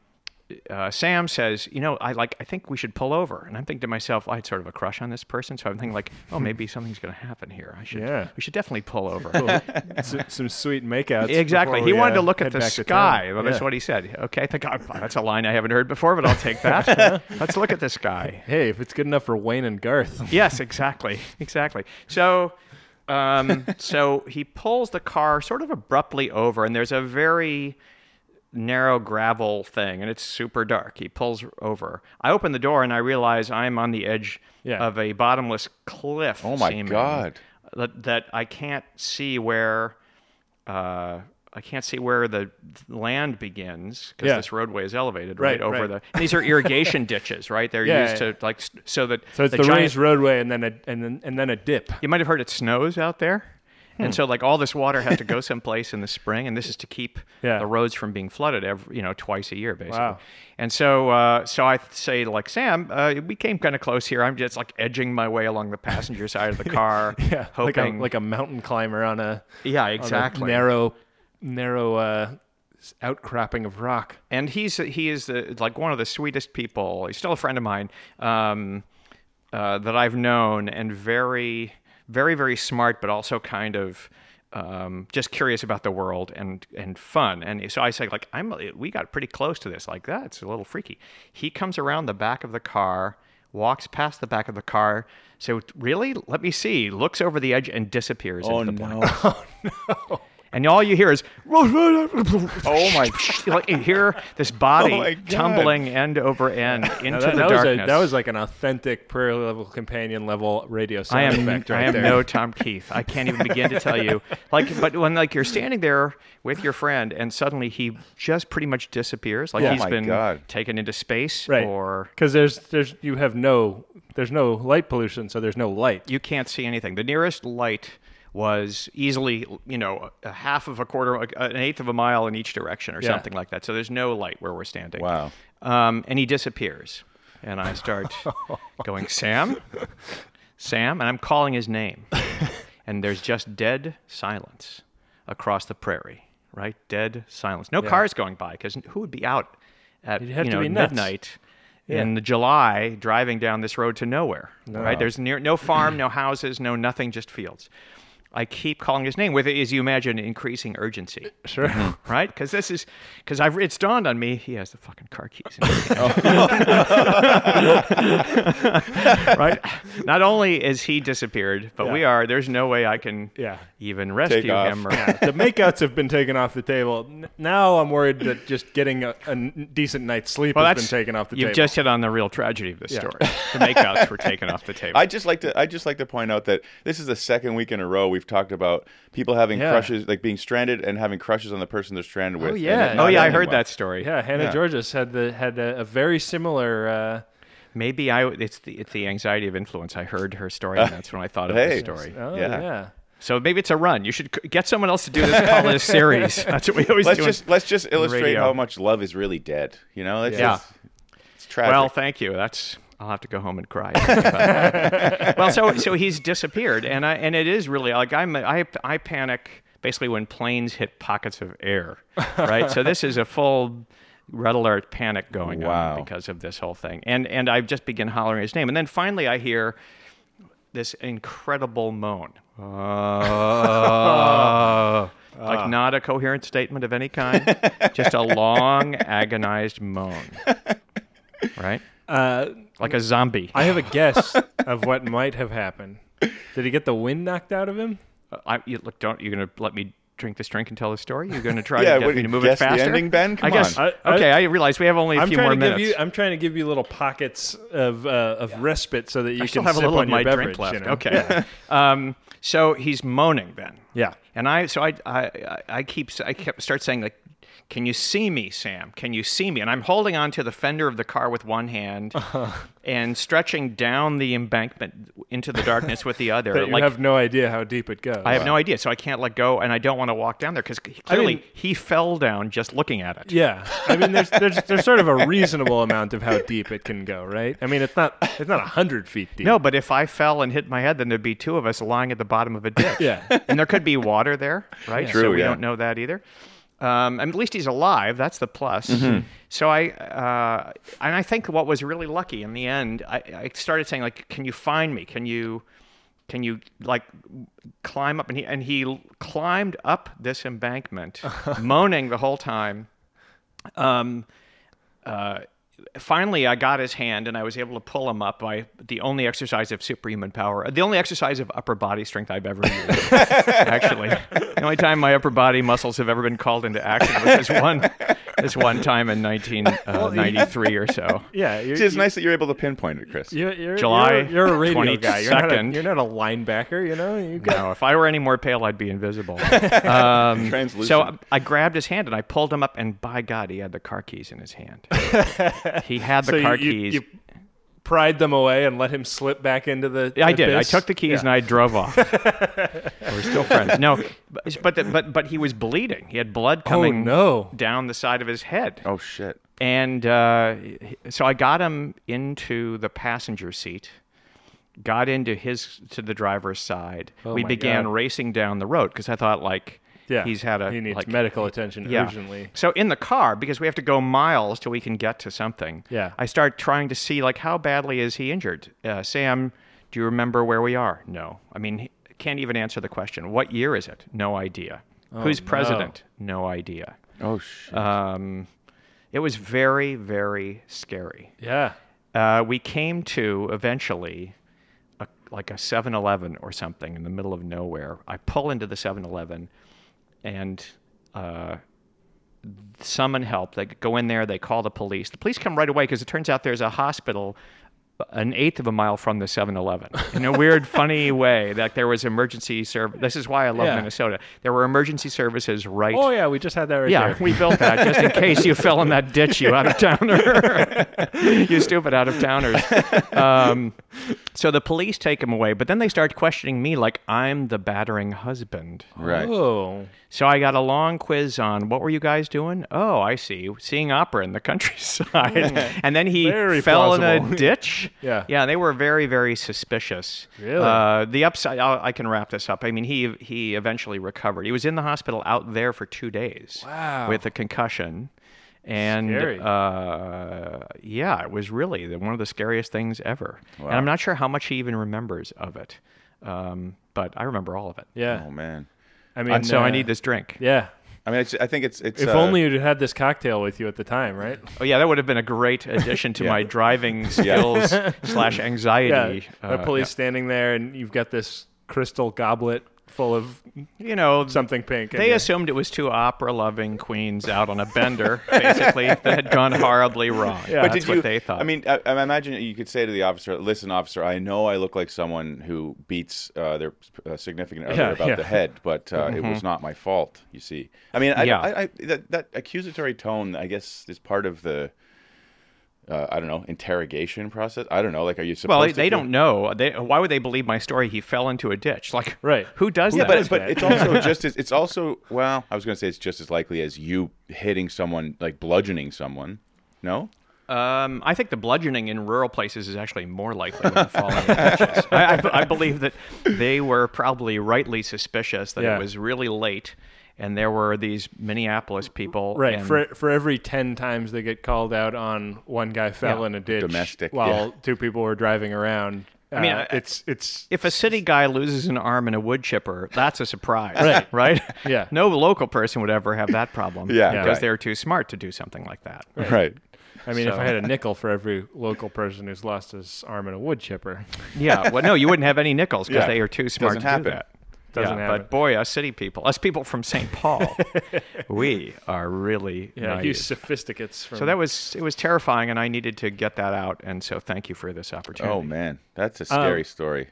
uh, Sam says, you know, I like I think we should pull over. And I'm thinking to myself, I had sort of a crush on this person, so I'm thinking like, oh, maybe something's going to happen here. I should
Yeah.
we should definitely pull over.
S- some sweet makeouts.
Exactly.
before
He
we,
wanted
uh,
to look
head
at the
back to
sky.
town.
Well, that's
Yeah.
what he said. Okay, I think "Oh, that's a line I haven't heard before, but I'll take that. Let's look at the sky.
Hey, if it's good enough for Wayne and Garth.
Yes, exactly, exactly. So, um, so he pulls the car sort of abruptly over, and there's a very narrow gravel thing, and it's super dark. He pulls over. I open the door, and I realize I'm on the edge
Yeah.
of a bottomless cliff.
Oh my
seeming,
God.
That that I can't see where uh, I can't see where the land begins because
Yeah.
this roadway is elevated right,
Right,
over
right.
the. And these are irrigation ditches, right? They're
Yeah,
used
yeah.
to like s- so that
So it's the,
giant-
raised roadway and then a and then and then a dip.
You might have heard it snows out there.
Hmm.
And so, like, all this water has to go someplace in the spring, and this is to keep
Yeah.
the roads from being flooded every, you know, twice a year, basically.
Wow.
And so, uh, so I say, like, Sam, uh, we came kind of close here. I'm just like edging my way along the passenger side of the car,
Yeah.
hoping,
Like a like a mountain climber on a
yeah,
on a
exactly.
narrow narrow uh, s- outcropping of rock.
and he's he is the, like one of the sweetest people. He's still a friend of mine um, uh, that I've known, and very, very, very smart, but also kind of um, just curious about the world and and fun. And so I say, like, I'm we got pretty close to this. Like, that's a little freaky. He comes around the back of the car. Walks past the back of the
Oh,
car, so really, let me see. Looks over the edge and disappears into the black. and all you hear is oh my! like you hear this body
Oh my God.
tumbling end over end into
Now, that,
the
that was a-
darkness.
that was like an authentic prairie level companion level radio sound
I am
effect right
I am
there.
no Tom Keith. I can't even begin to tell you. Like, but when like you're standing there with your friend, and suddenly he just pretty much disappears. Like
Oh
he's
my
been
God.
taken into space,
right
or
because there's there's you have no there's no light pollution so there's no light
you can't see anything. The nearest light was easily, you know, a half of a quarter, a- an eighth of a mile in each direction, or
Yeah.
something like that. So there's no light where we're standing.
Wow.
Um, and he disappears, and I start going, Sam, Sam, and I'm calling his name, and there's just dead silence across the prairie. Right, dead silence. No cars going by because who would be out at
You'd have
you
to
know
be nuts.
midnight? in July driving down this road to nowhere. Right? There's near no farm, no houses, no nothing, just fields. I keep calling his name with, as you imagine, increasing urgency,
sure
right? Because this is, because I've it's dawned on me he has the fucking car keys, in his
Oh.
hand. right? Not only is he disappeared, but we are. There's no way I can
Yeah.
even rescue
off.
him. Or,
the makeouts have been taken off the table N- now i'm worried that just getting a, a n- decent night's sleep
Well,
has
that's
been taken off the
You've
table
just hit on the real tragedy of this
Yeah.
story. The makeouts were taken off the table.
I just like to I just like to point out that this is the second week in a row we've talked about people having
Yeah.
crushes, like being stranded and having crushes on the person they're stranded with. and
yeah.
it
oh
not
yeah, I
ending
heard
well.
that story.
yeah hannah
Yeah.
georges had the had a, a very similar uh
Maybe I it's the it's the anxiety of influence. I heard her story, and that's when I thought of
hey.
the story.
oh yeah,
Yeah.
So maybe it's a run. You should c- get someone else to do this. Call it a series. That's what we always
Let's
do.
just let's just illustrate
radio.
how much love is really dead. You know, Let's
Yeah.
just- it's tragic.
well, thank you. That's I'll have to go home and cry. About that. well, so so he's disappeared, and I and it is really like I'm I I panic basically when planes hit pockets of air, right? so this is a full red alert panic going
Wow.
on because of this whole thing, and and I just begin hollering his name, and then finally I hear this incredible moan. Uh, like not a coherent statement of any kind, just a long agonized moan. Right?
uh
Like a zombie.
i have a guess of what might have happened did he get the wind knocked out of him
I, you, look, don't you're gonna let me drink this drink and tell the story? You're gonna try
Yeah,
to
what,
get me to move
guess
it
the
faster.
ending, Ben?
I
Come
guess.
on.
I- I-
okay, I, realize we have only a
I'm
few
trying
more
to give
minutes.
you. I'm trying to give you little pockets of uh, of respite so that you
I still
can
have a
sip
little
on
of
your
my
beverage.
drink left.
you know?
Okay. um, so he's moaning then.
Yeah.
And I, so I, I, I- I keep, I kept start saying like, "Can you see me, Sam? Can you see me?" And I'm holding on to the fender of the car with one hand and stretching down the embankment into the darkness with the other.
That you
like
have no idea how deep it goes.
I have no idea, so I can't let go, and I don't want to walk down there because clearly
mean-
he fell down just looking at it.
Yeah, I mean, there's there's there's sort of a reasonable amount of how deep it can go, right? I mean, it's not it's not hundred feet deep.
No, but if I fell and hit my head, then there'd be two of us lying at the bottom of a ditch.
Yeah.
and there could be water there, right? so
True,
we
yeah.
don't know that either. Um, and at least he's alive. That's the plus.
Mm-hmm.
So I uh, and I think what was really lucky in the end, I, I started saying like, "Can you find me? Can you?" Can you like climb up? And he and he climbed up this embankment, moaning the whole time. Um, uh, finally, I got his hand and I was able to pull him up by the only exercise of superhuman power, the only exercise of upper body strength I've ever used. actually, the only time my upper body muscles have ever been called into action was this one, this one time in 1993 or so.
yeah, you're,
It's just nice that you're able to pinpoint it, Chris.
You're, you're,
July
you're, you're a radio guy. You're not a,
22nd.
you're not a linebacker, you know. You got,
No, if I were any more pale, I'd be invisible.
Translucent.
So um, I, I grabbed his hand and I pulled him up, and by God, he had the car keys in his hand. he had the
so
car
you, you,
keys.
you pried them away and let him slip back into the.
I did. I
abyss?
took the keys
Yeah.
and I drove off. We're still friends. No, but but, the, but but he was bleeding. He had blood coming
Oh, no.
down the side of his head,
oh shit.
and uh, he- so I got him into the passenger seat, got into his to the driver's side. we
Oh my
began
God.
racing down the road because I thought like
Yeah,
he's had a
he needs
like,
medical attention
yeah.
urgently.
So in the car, because we have to go miles till we can get to something.
Yeah.
I start trying to see like how badly is he injured? Uh, Sam, do you remember where we are? No. I mean, he can't even answer the question. What year is it? No idea. Who's president? No idea.
Oh shit.
Um, it was very very scary.
Yeah,
Uh, we came to eventually. A, like a 7-Eleven or something in the middle of nowhere. I pull into the 7-Eleven and uh, summon help. They go in there, they call the police. The police come right away because it turns out there's a hospital uh, an eighth of a mile from the 7-Eleven in a weird, funny way. Like there was emergency service. This is why I love
Yeah.
Minnesota. There were emergency services right.
Oh yeah, we just had that right
yeah,
there.
we built that just in case you fell in that ditch, you out of towner, you stupid out of towners. Um, so the police take him away, but then they start questioning me like I'm the battering husband.
Right.
Oh,
So I got a long quiz on what were you guys doing? Oh, I see, seeing opera in the countryside. and then he
Hmm. Very
fell in
plausible.
a ditch.
Yeah.
yeah, they were very, very suspicious.
Really?
Uh, the upside, I'll, I can wrap this up. I mean, he he eventually recovered. He was in the hospital out there for two days.
Wow.
With a concussion. And
Scary.
uh, yeah, it was really the, one of the scariest things ever. And I'm not sure how much he even remembers of it, um, but I remember all of it.
yeah.
Oh man.
I mean,
And so I
uh,
need this drink.
Yeah.
I mean, it's, I think it's it's.
If
uh,
only you'd had this cocktail with you at the time, right?
Oh yeah, that would have been a great addition to
Yeah.
my driving skills slash
Yeah.
anxiety.
The
uh,
police standing there, and you've got this crystal goblet full of
yeah. You know,
something pink. in
they
there.
assumed it was two opera-loving queens out on a bender, basically that had gone horribly wrong.
Yeah.
But
That's
did
what
you,
they thought.
I mean, I, I imagine you could say to the officer, "Listen, officer, I know I look like someone who beats uh, their uh, significant other
Yeah,
about
yeah.
the head, but uh, it was not my fault." You see, I mean, I,
Mm-hmm. Yeah.
I, I, that, that accusatory tone, I guess, is part of the. Uh, I don't know interrogation process. I don't know. Like, are you supposed?
well,
to
they
feel-
don't know. They, why would they believe my story? He fell into a ditch. Like,
Right.
Who does
Yeah, but,
that?
but
that.
it's also just as it's also well, I was going to say it's just as likely as you hitting someone, like bludgeoning someone. No,
Um, I think the bludgeoning in rural places is actually more likely than falling in ditches. I, I, I believe that they were probably rightly suspicious that
Yeah.
it was really late, and there were these Minneapolis people.
Right.
and-
For for every ten times they get called out on one guy fell
Yeah.
in a ditch
Domestic,
while
yeah.
two people were driving around. I
mean,
mean,
I-
it's it's
if a city guy loses an arm in a wood chipper, that's a surprise, right?
Yeah.
No local person would ever have that problem.
Yeah,
Because
right.
they're too smart to do something like that.
right.
I mean, if
so-
I had a nickel for every local person who's lost his arm in a wood chipper,
Yeah. Well, no, you wouldn't have any nickels because
Yeah.
they are too smart
Doesn't
to do
happen.
that.
Doesn't
yeah,
happen.
But boy, us city people, us people from St. Paul, we are really
yeah, you
naive.
sophisticates. From,
So that was it was terrifying, and I needed to get that out. And so thank you for this opportunity.
Oh man, that's
Um,
a scary story.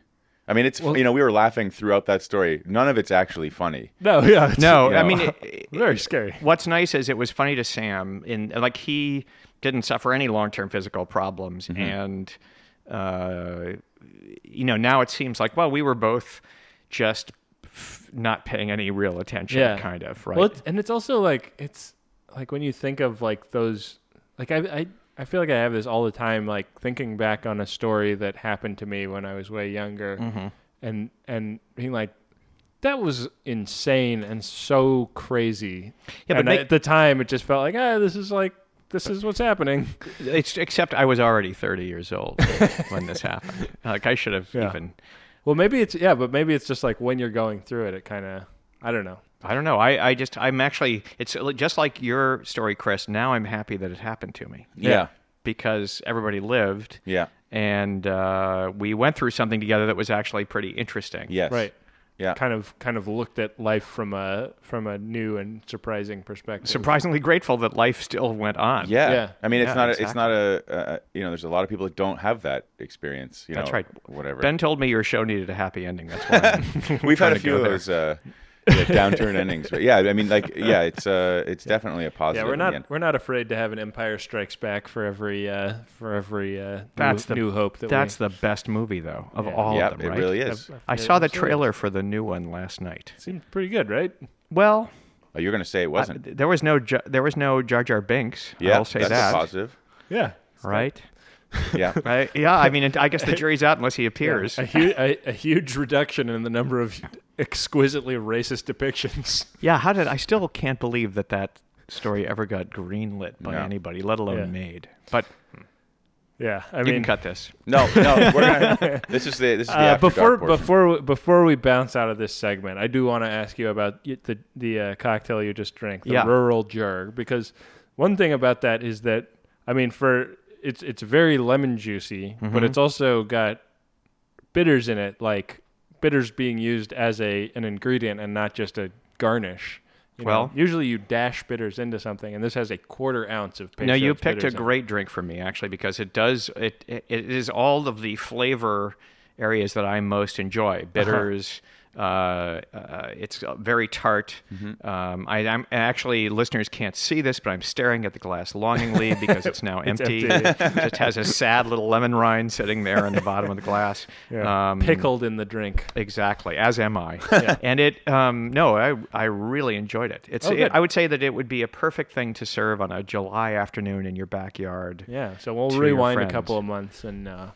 I mean, it's you know we were laughing throughout that story. None of it's actually funny.
no, yeah, it's
no,
You
I
know.
mean, it,
very scary.
what's nice is it was funny to Sam, and like he didn't suffer any long term physical problems,
Mm-hmm.
and uh, you know now it seems like well we were both just f- not paying any real attention,
Yeah.
kind of right.
Well, it's, and it's also like it's like when you think of like those like I I I feel like I have this all the time like thinking back on a story that happened to me when I was way younger
Mm-hmm.
and and being like that was insane and so crazy.
but
and
make-
at the time it just felt like ah this is like this is what's happening.
It's, except I was already thirty years old when this happened. Like I should have even.
Well, maybe it's yeah, but maybe it's just like when you're going through it it kind of I don't know.
I don't know. I, I just I'm actually it's just like your story, Chris. Now I'm happy that it happened to me.
Yeah.
Because everybody lived.
Yeah.
And uh, we went through something together that was actually pretty interesting.
Yes.
Right.
Yeah.
Kind of kind of looked at life from a from a new and surprising perspective.
Surprisingly grateful that life still went on.
Yeah.
Yeah.
I mean, it's
Yeah,
not. A, It's not a. Uh, you know, there's a lot of people that don't have that experience. You
That's
know,
right.
Whatever.
Ben told me your show needed a happy ending. That's why. I'm-
We've had
trying
a
to
few
go
of
there.
those uh, yeah, downturn endings, but yeah, I mean, like, yeah, it's uh, it's definitely a
Yeah,
positive.
we're
in the end.
not we're not afraid to have an Empire Strikes Back for every uh, for every uh, new,
That's the-
new hope that
That's
we,
the best movie though of
Yeah.
all
Yep,
of them. Right?
it really is.
I've- I've
I
heard
saw the
absolutely.
trailer for the new one last night.
seemed pretty good, right?
Well,
Oh, you're gonna say it
uh,
wasn't.
there was no Ju- there was no Jar Jar Binks.
yeah,
I'll say
that's a
that.
positive.
Yeah,
Right.
Yeah.
I, yeah, I mean, I guess the jury's out unless he appears.
a, hu- a, a huge reduction in the number of exquisitely racist depictions.
Yeah, how did I still can't believe that that story ever got greenlit by
No.
anybody, let alone
Yeah.
made. But
Yeah, I
you
mean,
can cut this.
No, no. We're gonna, this is the this is the
uh,
after
before
dark portion.
before we- before we bounce out of this segment, I do want to ask you about y- the the uh, cocktail you just drank, the
Yeah.
rural jerk, because one thing about that is that I mean, for it's it's very lemon juicy,
Mm-hmm.
but it's also got bitters in it, like bitters being used as a an ingredient and not just a garnish. You
Well-
know, usually you dash bitters into something, and this has a quarter ounce of.
No, you
Peychaud's
picked a
bitters in it.
great drink for me actually because it does it it, it is all of the flavor areas that I most
Uh-huh.
enjoy bitters. uh Uh, it's uh, very tart.
Mm-hmm.
Um, I, I'm actually listeners can't see this, but I'm staring at the glass longingly because it's now empty.
empty.
it just has a sad little lemon rind sitting there on the bottom of the glass. Um,
Yeah. pickled in the drink.
Exactly, as am I. And it, um, no, I, I really enjoyed it. It's,
Oh,
it,
good.
I would say that it would be a perfect thing to serve on a July afternoon in your backyard.
Yeah, so we'll
to your
rewind a
friends.
couple of months and uh,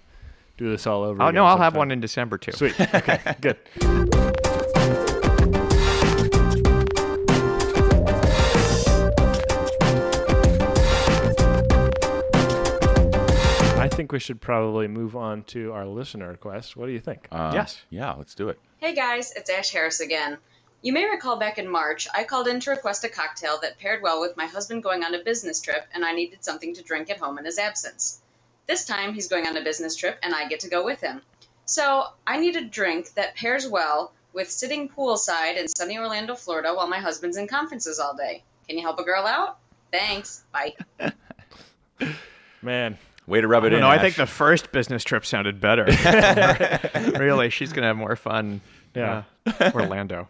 do this all over.
Oh
again
no, I'll have
sometime.
one in December too.
Sweet. Okay, good. I think we should probably move on to our listener request. What do you think?
Um,
Yes.
Yeah, let's do it.
Hey guys, it's Ash Harris again. You may recall back in March, I called in to request a cocktail that paired well with my husband going on a business trip, and I needed something to drink at home in his absence. This time, he's going on a business trip, and I get to go with him. So, I need a drink that pairs well with sitting poolside in sunny Orlando, Florida, while my husband's in conferences all day. Can you help a girl out? Thanks. Bye.
Man,
Way to rub it in.
No, I
Ash.
think the first business trip sounded better. really, she's gonna have more fun.
Yeah.
uh, Orlando.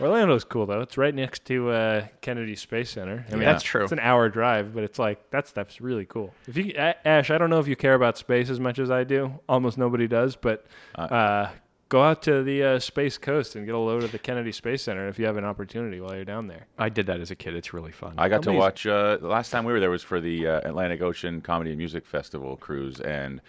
Orlando's cool though. It's right next to uh, Kennedy Space Center. I mean,
That's true.
It's an hour drive, but it's like that stuff's really cool. If you A- Ash, I don't know if you care about space as much as I do. Almost nobody does, but uh, go out to the uh, space coast and get a load of the Kennedy Space Center if you have an opportunity while you're down there.
I did that as a kid. It's really fun.
I got
Amazing.
to watch uh, the last time we were there was for the uh, Atlantic Ocean Comedy and Music Festival cruise, and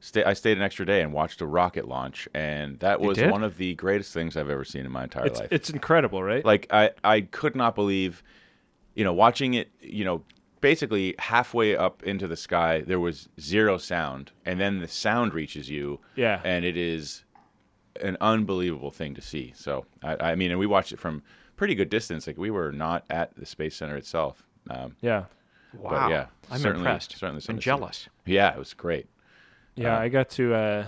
sta I stayed an extra day and watched a rocket launch, and that was
did?
one of the greatest things I've ever seen in my entire
It's
life.
it's incredible, right?
like I, I could not believe, you know, watching it, you know, basically halfway up into the sky, there was zero sound, and then the sound reaches you,
Yeah.
and it is an unbelievable thing to see. So I, I mean, and we watched it from pretty good distance. Like we were not at the space center itself. Um,
yeah,
wow.
yeah,
I'm
certainly-
impressed.
certainly something
and
to see.
jealous.
Yeah, it was great.
yeah. I got to uh,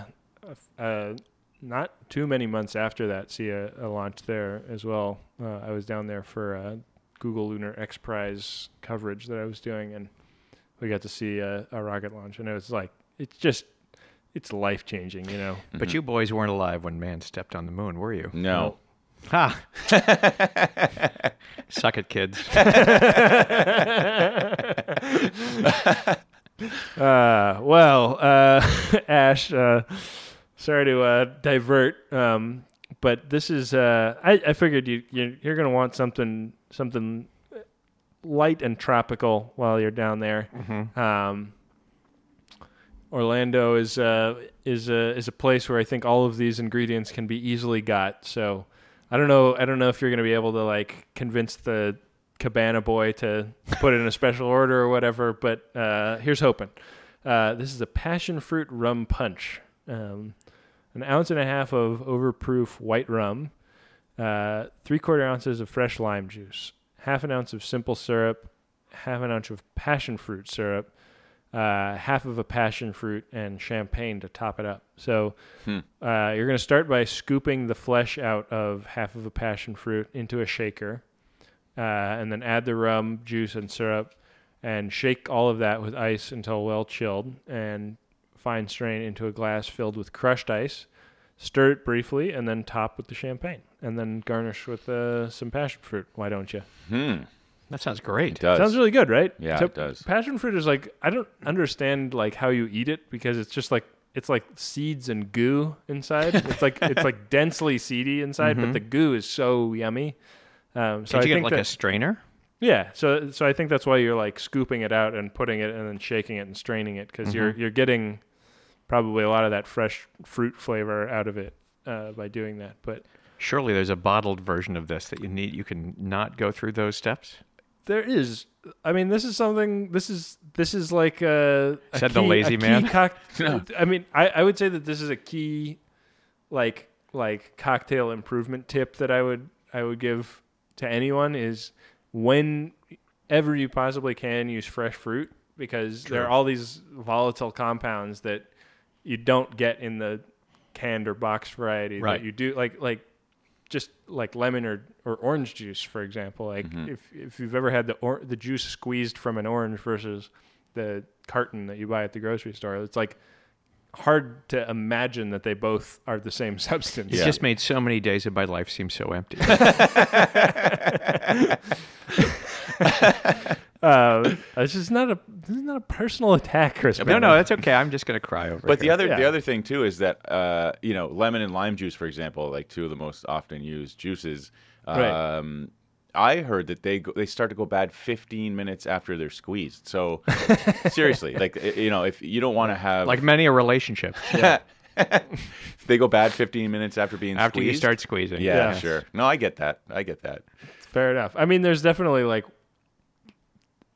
uh, not too many months after that see a, a launch there as well. Uh, I was down there for uh, Google Lunar X Prize coverage that I was doing, and we got to see a, a rocket launch, and it was like it's just it's life changing, you know.
Mm-hmm.
But you boys weren't alive when man stepped on the moon, were you?
No,
Ha! Suck it, kids.
Uh, well, uh, Ash, uh, sorry to uh, divert, um, but this is uh, I, I figured you you're, you're going to want something something light and tropical while you're down there. Um, Orlando is uh, is a is a place where I think all of these ingredients can be easily got. So I don't know I don't know if you're going to be able to like convince the cabana boy to put it in a special order or whatever. But uh, here's hoping. Uh, this is a passion fruit rum punch. Um, an ounce and a half of overproof white rum, uh, three quarter ounces of fresh lime juice, half an ounce of simple syrup, half an ounce of passion fruit syrup, uh, half of a passion fruit, and champagne to top it up. So uh, you're going to start by scooping the flesh out of half of a passion fruit into a shaker, uh, and then add the rum, juice, and syrup, and shake all of that with ice until well chilled, and fine strain into a glass filled with crushed ice. Stir it briefly, and then top with the champagne, and then garnish with uh, some passion fruit. Why don't you?
That sounds great.
Hmm. it does.
Sounds really good, right?
Yeah, it does.
Passion fruit is like I don't understand like how you eat it because it's just like it's like seeds and goo inside. it's like it's like densely seedy inside,
Mm-hmm.
but the goo is so yummy. Um, so
Did
I
you
think
get like
that,
a strainer?
yeah, so so I think that's why you're like scooping it out and putting it and then shaking it and straining it because
Mm-hmm.
you're you're getting probably a lot of that fresh fruit flavor out of it uh, by doing that. But
Surely there's a bottled version of this that you need. You can not go through those steps.
there is i mean this is something this is this is like a, a
Said the
key-
lazy
a
man.
key cock- i mean I, I would say that this is a key like like cocktail improvement tip that i would i would give to anyone is whenever you possibly can use fresh fruit because there are all these volatile compounds that you don't get in the canned or boxed variety
Right.
that you do like like just like lemon or, or orange juice, for example. Like
Mm-hmm.
if if you've ever had the or, the juice squeezed from an orange versus the carton that you buy at the grocery store, it's like hard to imagine that they both are the same substance.
It's just made so many days of my life seem so empty.
Uh, it's just not a this is not a personal attack, Chris.
no,
Bennett.
no, that's okay. I'm just gonna cry over.
But the
here.
other the
Yeah.
other thing too is that uh, you know lemon and lime juice, for example, like two of the most often used juices.
Right.
Um, I heard that they go, they start to go bad 15 minutes after they're squeezed. So seriously, like i- you know, if you don't want to have
like many a relationship,
they go bad 15 minutes after being
after you
squeezed.
start squeezing,
yeah,
Yeah.
sure. No, I get that. I get that.
Fair enough. I mean, there's definitely like,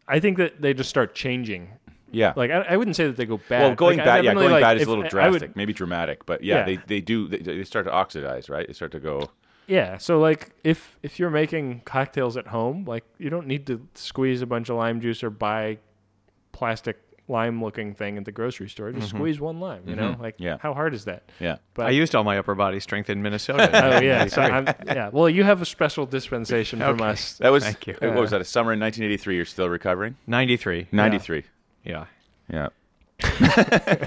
I think that they just start changing.
Yeah.
Like, I, I wouldn't say that they go bad.
well, going
Like, I
bad, yeah,
definitely,
going
like,
bad is
if-
a little
I- I would-
drastic, maybe dramatic, but yeah,
Yeah.
they they do they, they start to oxidize, right? They start to go.
yeah. So like, if if you're making cocktails at home, like you don't need to squeeze a bunch of lime juice or buy plastic lime-looking thing at the grocery store. Just squeeze one lime. You know, like
Mm-hmm. Yeah.
how hard is that?
Yeah.
But
I used all my upper body strength in Minnesota.
oh yeah, so I'm, yeah. Well, you have a special dispensation from us.
That was
Thank you.
What was that? A summer in 1983. You're still recovering.
93.
93.
Yeah.
Yeah.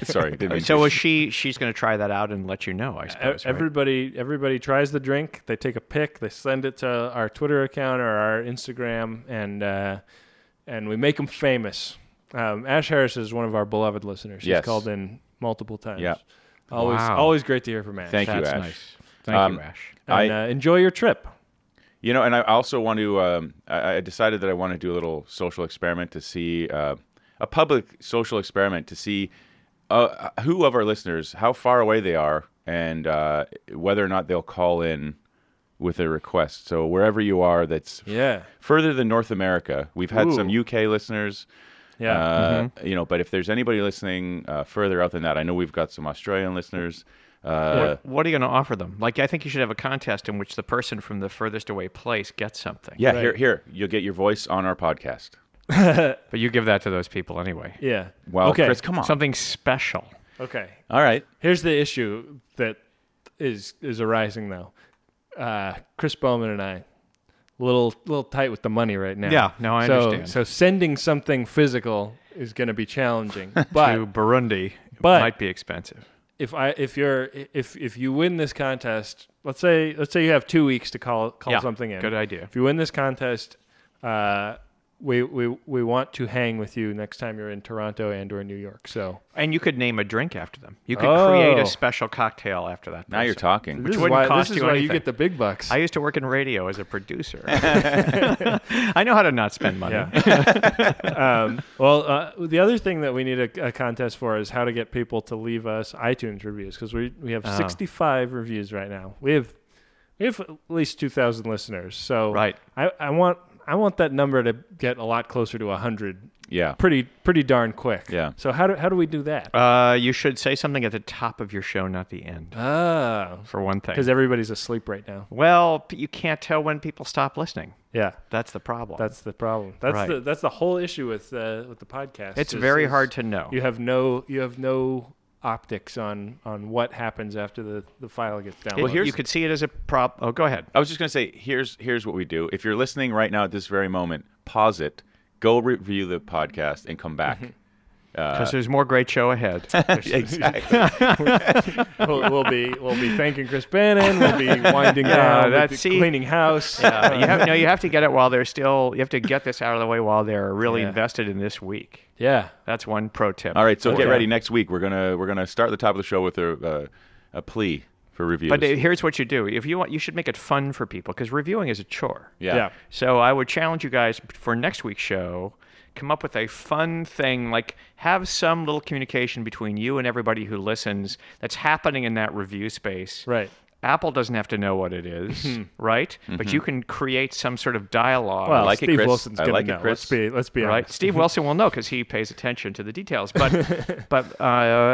Sorry. Didn't mean
So
to-
was she? She's going to try that out and let you know. I
E-
suppose. right?
everybody everybody tries the drink they take a pic they send it to our twitter account or our instagram and uh, and we make them famous um, ash harris is one of our beloved listeners
Yes.
he's called in multiple times
Yeah.
always
Wow.
always great to hear from ash
Thank you,
That's
Ash.
nice. Thank
Um,
you, Ash.
and uh, enjoy your trip
You know, and I also want to. Um, I, I decided that I want to do a little social experiment to see uh, a public social experiment to see uh, who of our listeners, how far away they are, and uh, whether or not they'll call in with a request. So wherever you are, that's
yeah
further than North America. We've had some
Ooh.
UK listeners.
yeah
Uh, You know, but if there's anybody listening uh, further out than that, I know we've got some Australian listeners. Uh,
what, what are you going to offer them? Like, I think you should have a contest in which the person from the furthest away place gets something.
yeah, here, here, you'll get your voice on our podcast.
But you give that to those people anyway.
yeah
Wow,
okay
Chris, come on.
Something special.
okay
All right.
Here's the issue that is is arising though. Uh, Chris Bowman and I, little little tight with the money right now.
Yeah, no, I
so,
understand.
So sending something physical is going to be challenging.
to
But
Burundi
but-
might be expensive.
if I if you're if if you win this contest, let's say let's say you have two weeks to call call
Yeah,
something in.
good idea.
If you win this contest, uh, we we we want to hang with you next time you're in Toronto and or New York. So
And you could name a drink after them. You could
Oh.
create a special cocktail after that.
Now you're
person.
talking.
this is
wouldn't
why
cost
this is
you
why
anything.
you get the big bucks.
I used to work in radio as a producer. I know how to not spend money.
Yeah. um, well, uh, the other thing that we need a, a contest for is how to get people to leave us iTunes reviews because we we
Ah.
have 65 reviews right now. We have we have at least 2,000 listeners. So
Right.
I, I want I want that number to get a lot closer to 100
Yeah.
pretty pretty darn quick.
Yeah.
So how do how do we do that?
Uh, you should say something at the top of your show, not the end,
Oh,
for one thing.
because everybody's asleep right now.
Well, p- you can't tell when people stop listening.
Yeah.
That's the problem.
That's the problem. That's
Right.
the that's the whole issue with uh, with the podcast.
it's
is-
very
is-
hard to know.
you have no you have no optics on on what happens after the the file gets downloaded.
It-
here's-
you could see it as a prop. Oh, go ahead.
I was just gonna say, here's here's what we do. If you're listening right now at this very moment, pause it, go review the podcast, and come back.
Because
Uh,
there's more great show ahead.
exactly.
we'll, we'll be we'll be thanking Chris Bannon. We'll be winding down. We'll be
that's- see-
cleaning house.
Uh, you have, no, you have to get it while they're still. You have to get this out of the way while they're really
Yeah.
invested in this week.
yeah.
That's one pro tip.
All right. So get
Okay.
ready. Next week, we're gonna we're gonna start the top of the show with a uh, a plea for reviews.
But uh, here's what you do. If you want, you should make it fun for people because reviewing is a chore.
yeah.
Yeah.
So I would challenge you guys for next week's show. Come up with a fun thing, like have some little communication between you and everybody who listens that's happening in that review space.
Right.
Apple doesn't have to know what it is, right? But
Mm-hmm.
you can create some sort of dialogue.
Well,
like it,
Steve
Chris.
Wilson's
I
gonna
like it,
know.
Chris.
Let's be let's be
right?
honest.
Steve Wilson will know because he pays attention to the details. But but uh,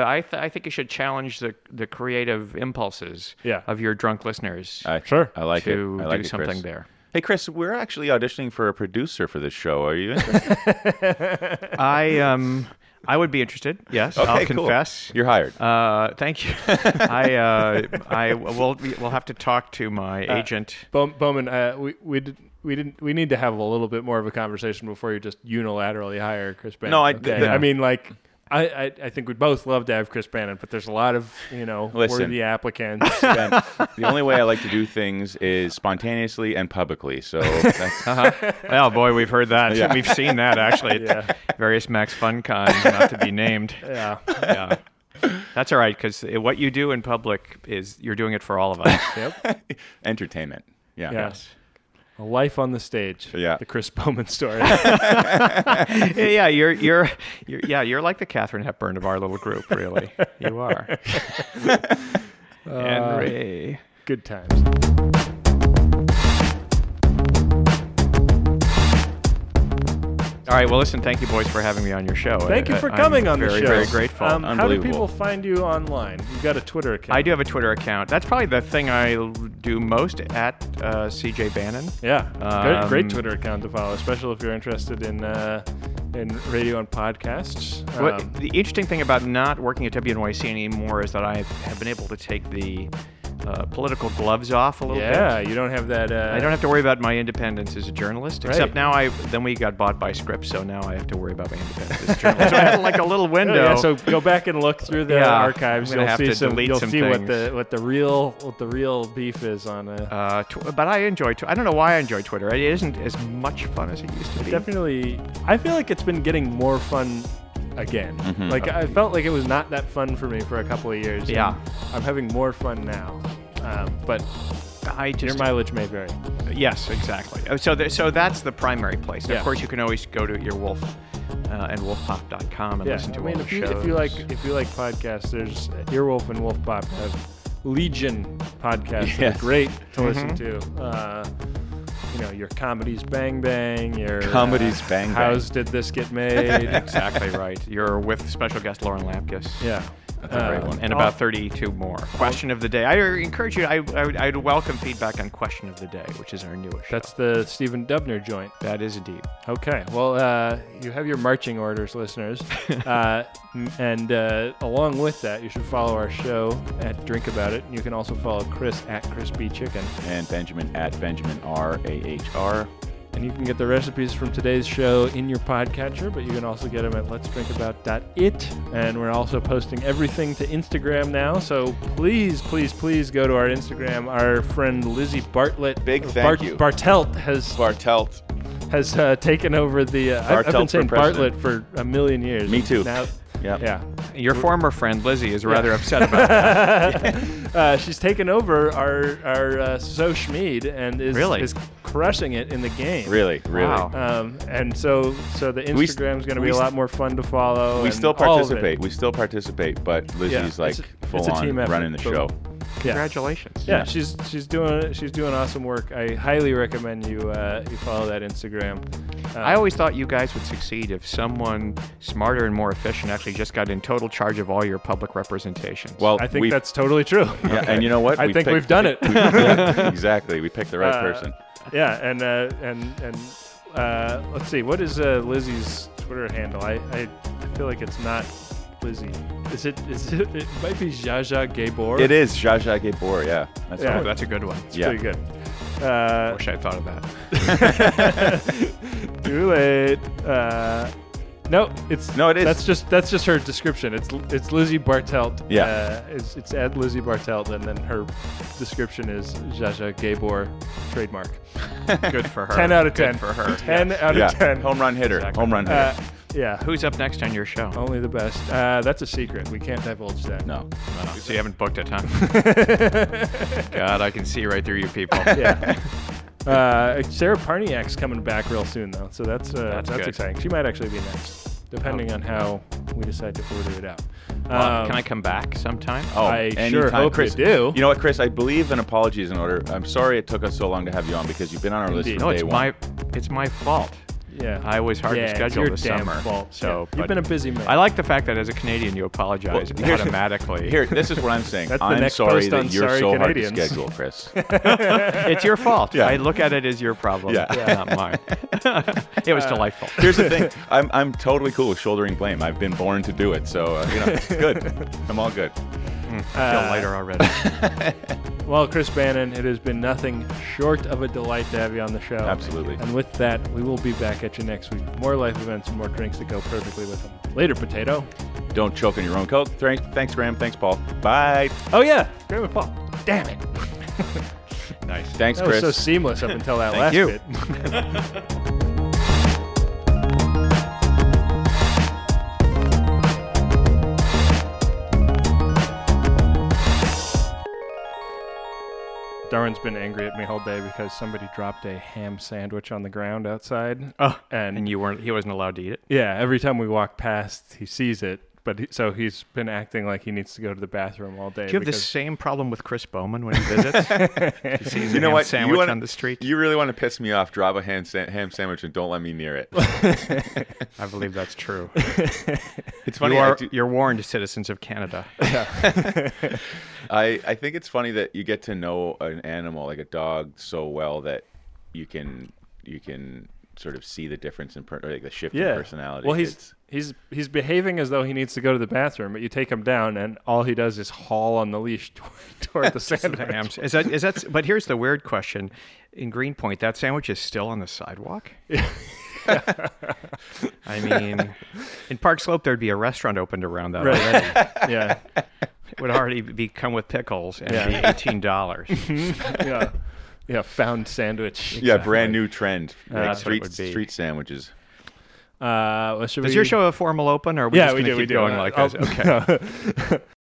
I th- I think you should challenge the the creative impulses
Yeah.
of your drunk listeners
I,
Sure.
I like
to
it. I like
do
it,
something
Chris.
there.
Hey, Chris, we're actually auditioning for a producer for this show. Are you? interested?
I um I would be interested. Yes,
Okay,
I'll
cool.
confess.
You're hired.
Uh, thank you. I uh, I will we'll have to talk to my
Uh,
agent.
Bow- Bowman, uh, we we did, we didn't we need to have a little bit more of a conversation before you just unilaterally hire Chris Bannon.
No, I-
okay?
th-
I mean like. I, I, I think we'd both love to have Chris Bannon, but there's a lot of you know
Listen.
worthy applicants.
Ben, the only way I like to do things is spontaneously and publicly. So that's,
Oh boy, we've heard that.
Yeah.
We've seen that actually at
Yeah.
various Max Fun cons, not to be named.
yeah,
Yeah. That's all right, because what you do in public is you're doing it for all of us.
yep,
entertainment. Yeah.
yes. A life on the stage.
Yeah.
the Chris Bowman story. Uh,
yeah, yeah, you're, you're, you're, yeah, you're like the Catherine Hepburn of our little group, really. You are.
Uh,
and Ray.
Good times.
All right, well, listen, thank you, boys, for having me on your show.
Thank you
I-
for
I'm
coming on the
very,
show.
Very grateful.
Um, how do
Unbelievable.
people find you online? You've got a Twitter account.
I do have a Twitter account. That's probably the thing I l- do most at uh, CJ Bannon.
Yeah, great,
Um,
great Twitter account to follow, especially if you're interested in uh, in radio and podcasts.
What,
Um,
the interesting thing about not working at WNYC anymore is that I have been able to take the uh, political gloves off a little
yeah,
bit.
you don't have that. Uh,
I don't have to worry about my independence as a journalist,
Right.
except now I then we got bought by Scripps, so now I have to worry about my independence as a journalist. so I have like a little window.
oh, Yeah, so go back and look through the
Yeah,
archives.
I'm gonna
You'll
have
see
to
some.
delete
You'll
some
see what
things.
the what the real what the real beef is on. Uh,
uh, tw- but I enjoy. Tw- I don't know why I enjoy Twitter. It isn't as much fun as it used to be.
definitely, I feel like it's been getting more fun again.
Mm-hmm.
Like I felt like it was not that fun for me for a couple of years. and
Yeah.
I'm having more fun now, um, but
I
your
just
mileage may vary.
Yes, exactly. Oh, So, th- so that's the primary place. And
Yeah.
Of course, you can always go to your wolf uh, and wolfpop.com and
yeah,
listen to
I mean,
all
if
the
you,
shows.
if you like if you like podcasts, there's Earwolf and Wolf Pop have Legion podcasts. that
Yes.
are Great to listen
Mm-hmm.
to. Uh, you know your comedies, Bang Bang, your uh,
Comedies Bang Bang.
How's did this get made?
exactly right. You're with special guest Lauren Lampkis.
yeah, uh, that's
a great one.
And
all-
about 32 more. Question of the day. I encourage you. I, I would, I'd welcome feedback on question of the day, which is our newest.
That's the Stephen Dubner joint.
that is indeed.
Okay. Well, uh, you have your marching orders, listeners. uh, m- and uh, along with that, you should follow our show at Drink About It. You can also follow Chris at Crispy Chicken.
And Benjamin at Benjamin R A H R.
And you can get the recipes from today's show in your podcatcher, but you can also get them at letsdrinkabout.it. And we're also posting everything to Instagram now. So please, please, please go to our Instagram. Our friend Lizzie Bartlett.
Big
or
thank you.
Bartelt has
Bartelt.
has uh, taken over the. Uh, I- I've been
Bartelt for
saying Bartlett
president.
for a million years.
Me too.
Now,
Yeah.
yeah.
Your former friend Lizzie is rather upset about that.
Uh, she's taken over our our uh, So Schmied and is
Really?
is crushing it in the game.
Really, really.
Wow.
Um, and so, so the
We s-
Instagram's going to
we
be a
s-
lot more fun to follow.
We
and
still
all of it.
participate. We still participate, but Lizzie's
Yeah,
like
it's a- it's
full
a
on
team effort,
running the
but-
show.
Yeah.
Congratulations.
Yeah, she's she's doing she's doing awesome work. I highly recommend you uh, you follow that Instagram. Uh,
I always thought you guys would succeed if someone smarter and more efficient actually just got in total charge of all your public representations.
Well,
I think
we-
that's totally true.
Yeah, and you know what?
I
We
think
picked-
we've done it.
Yeah, exactly. We picked the right
Uh,
person.
Yeah, and uh, and and uh, let's see, what is uh, Lizzie's Twitter handle? I, I I feel like it's not Lizzie. Is it? Is it? It might be Jaja Gabor.
It is Zsa Zsa Gabor. Yeah, that's
Yeah.
oh,
right.
that's a good one.
It's
Yeah.
pretty good. Uh,
Wish I thought of that.
too late. Uh, no, it's
No, it is.
That's just that's just her description. It's it's Lizzie Bartelt.
Yeah.
uh, it's, it's at Lizzie Bartelt, and then her description is Jaja Gabor trademark.
Good for her.
Ten out of ten
Good for her.
Ten out of
Yeah,
ten.
home run hitter.
Exactly.
Home run hitter.
Uh, yeah.
Who's up next on your show?
Only the best. Uh, that's a secret. We can't divulge that.
no.
So you haven't booked it, huh? God, I can see right through you people.
Yeah. Uh, Sarah Parniak's coming back real soon, though, so that's uh,
That's
that's,
good. Oh.
exciting. She might actually be next, depending on how we decide to order it out.
Well,
Um,
can I come back sometime?
Oh,
I
anytime.
sure hope you
Chris,
do.
You know what, Chris? I believe an apology is in order. I'm sorry it took us so long to have you on because you've been on our list
Indeed.
from
no,
day
it's
one.
my it's my fault.
Yeah.
I was hard
yeah,
to
it's
schedule
your
this
damn
summer.
Fault.
So
Yeah.
but
you've been a busy man.
I like the fact that as a Canadian, you apologize
Well, here's-
automatically.
Here, this is what I'm saying.
That's the
I'm
next
sorry
post
that
on
you're
Sorry
so hard
Canadians.
to schedule, Chris.
it's your fault.
Yeah.
I look at it as your problem,
Yeah.
not mine. it was delightful.
Here's the thing. I'm, I'm totally cool with shouldering blame. I've been born to do it, so uh, you know, it's good. I'm all good.
I
Uh,
feel lighter already.
Uh, Well, Chris Bannon, it has been nothing short of a delight to have you on the show.
Absolutely.
And with that, we will be back at you next week. with More life events and more drinks that go perfectly with them. Later, potato.
Don't choke on your own coke. Thanks, thanks, Graham. Thanks, Paul. Bye.
Oh yeah, Grandma Paul. Damn it.
nice.
Thanks,
That was
Chris.
so seamless up until that last
you.
bit. Darwin's been angry at me all day because somebody dropped a ham sandwich on the ground outside.
Oh,
and,
and you weren't. He wasn't allowed to eat it.
yeah, every time we walk past, he sees it. But he, so he's been acting like he needs to go to the bathroom all day.
Do you have the
because-
same problem with Chris Bowman when he visits? he sees
you know what?
sandwich
you wanna-
on the street.
You really want to piss me off? Drop a ham, sa- ham sandwich and don't let me near it.
I believe that's true.
It's funny.
you
I
are,
do-
you're warned, citizens of Canada.
I, I think it's funny that you get to know an animal like a dog so well that you can you can sort of see the difference in per, or like the shift
yeah.
in personality.
Well, he's
It's-
he's he's behaving as though he needs to go to the bathroom, but you take him down, and all he does is haul on the leash toward, toward the sandwich.
The ham- Is that is that? But here's the weird question: In Greenpoint, that sandwich is still on the sidewalk. I mean, in Park Slope, there'd be a restaurant opened around that.
Right.
Already.
yeah,
It would already be come with pickles and
Yeah.
be eighteen dollars.
yeah, yeah. Found sandwich.
yeah, brand new trend. Like
that's what it
street
would be.
street sandwiches.
Uh, well, should
Does
we-
your show have a formal open, or are we
yeah,
just
we
gonna
do.
keep
we do.
going
Uh,
like
I'll-
this? Okay.
no.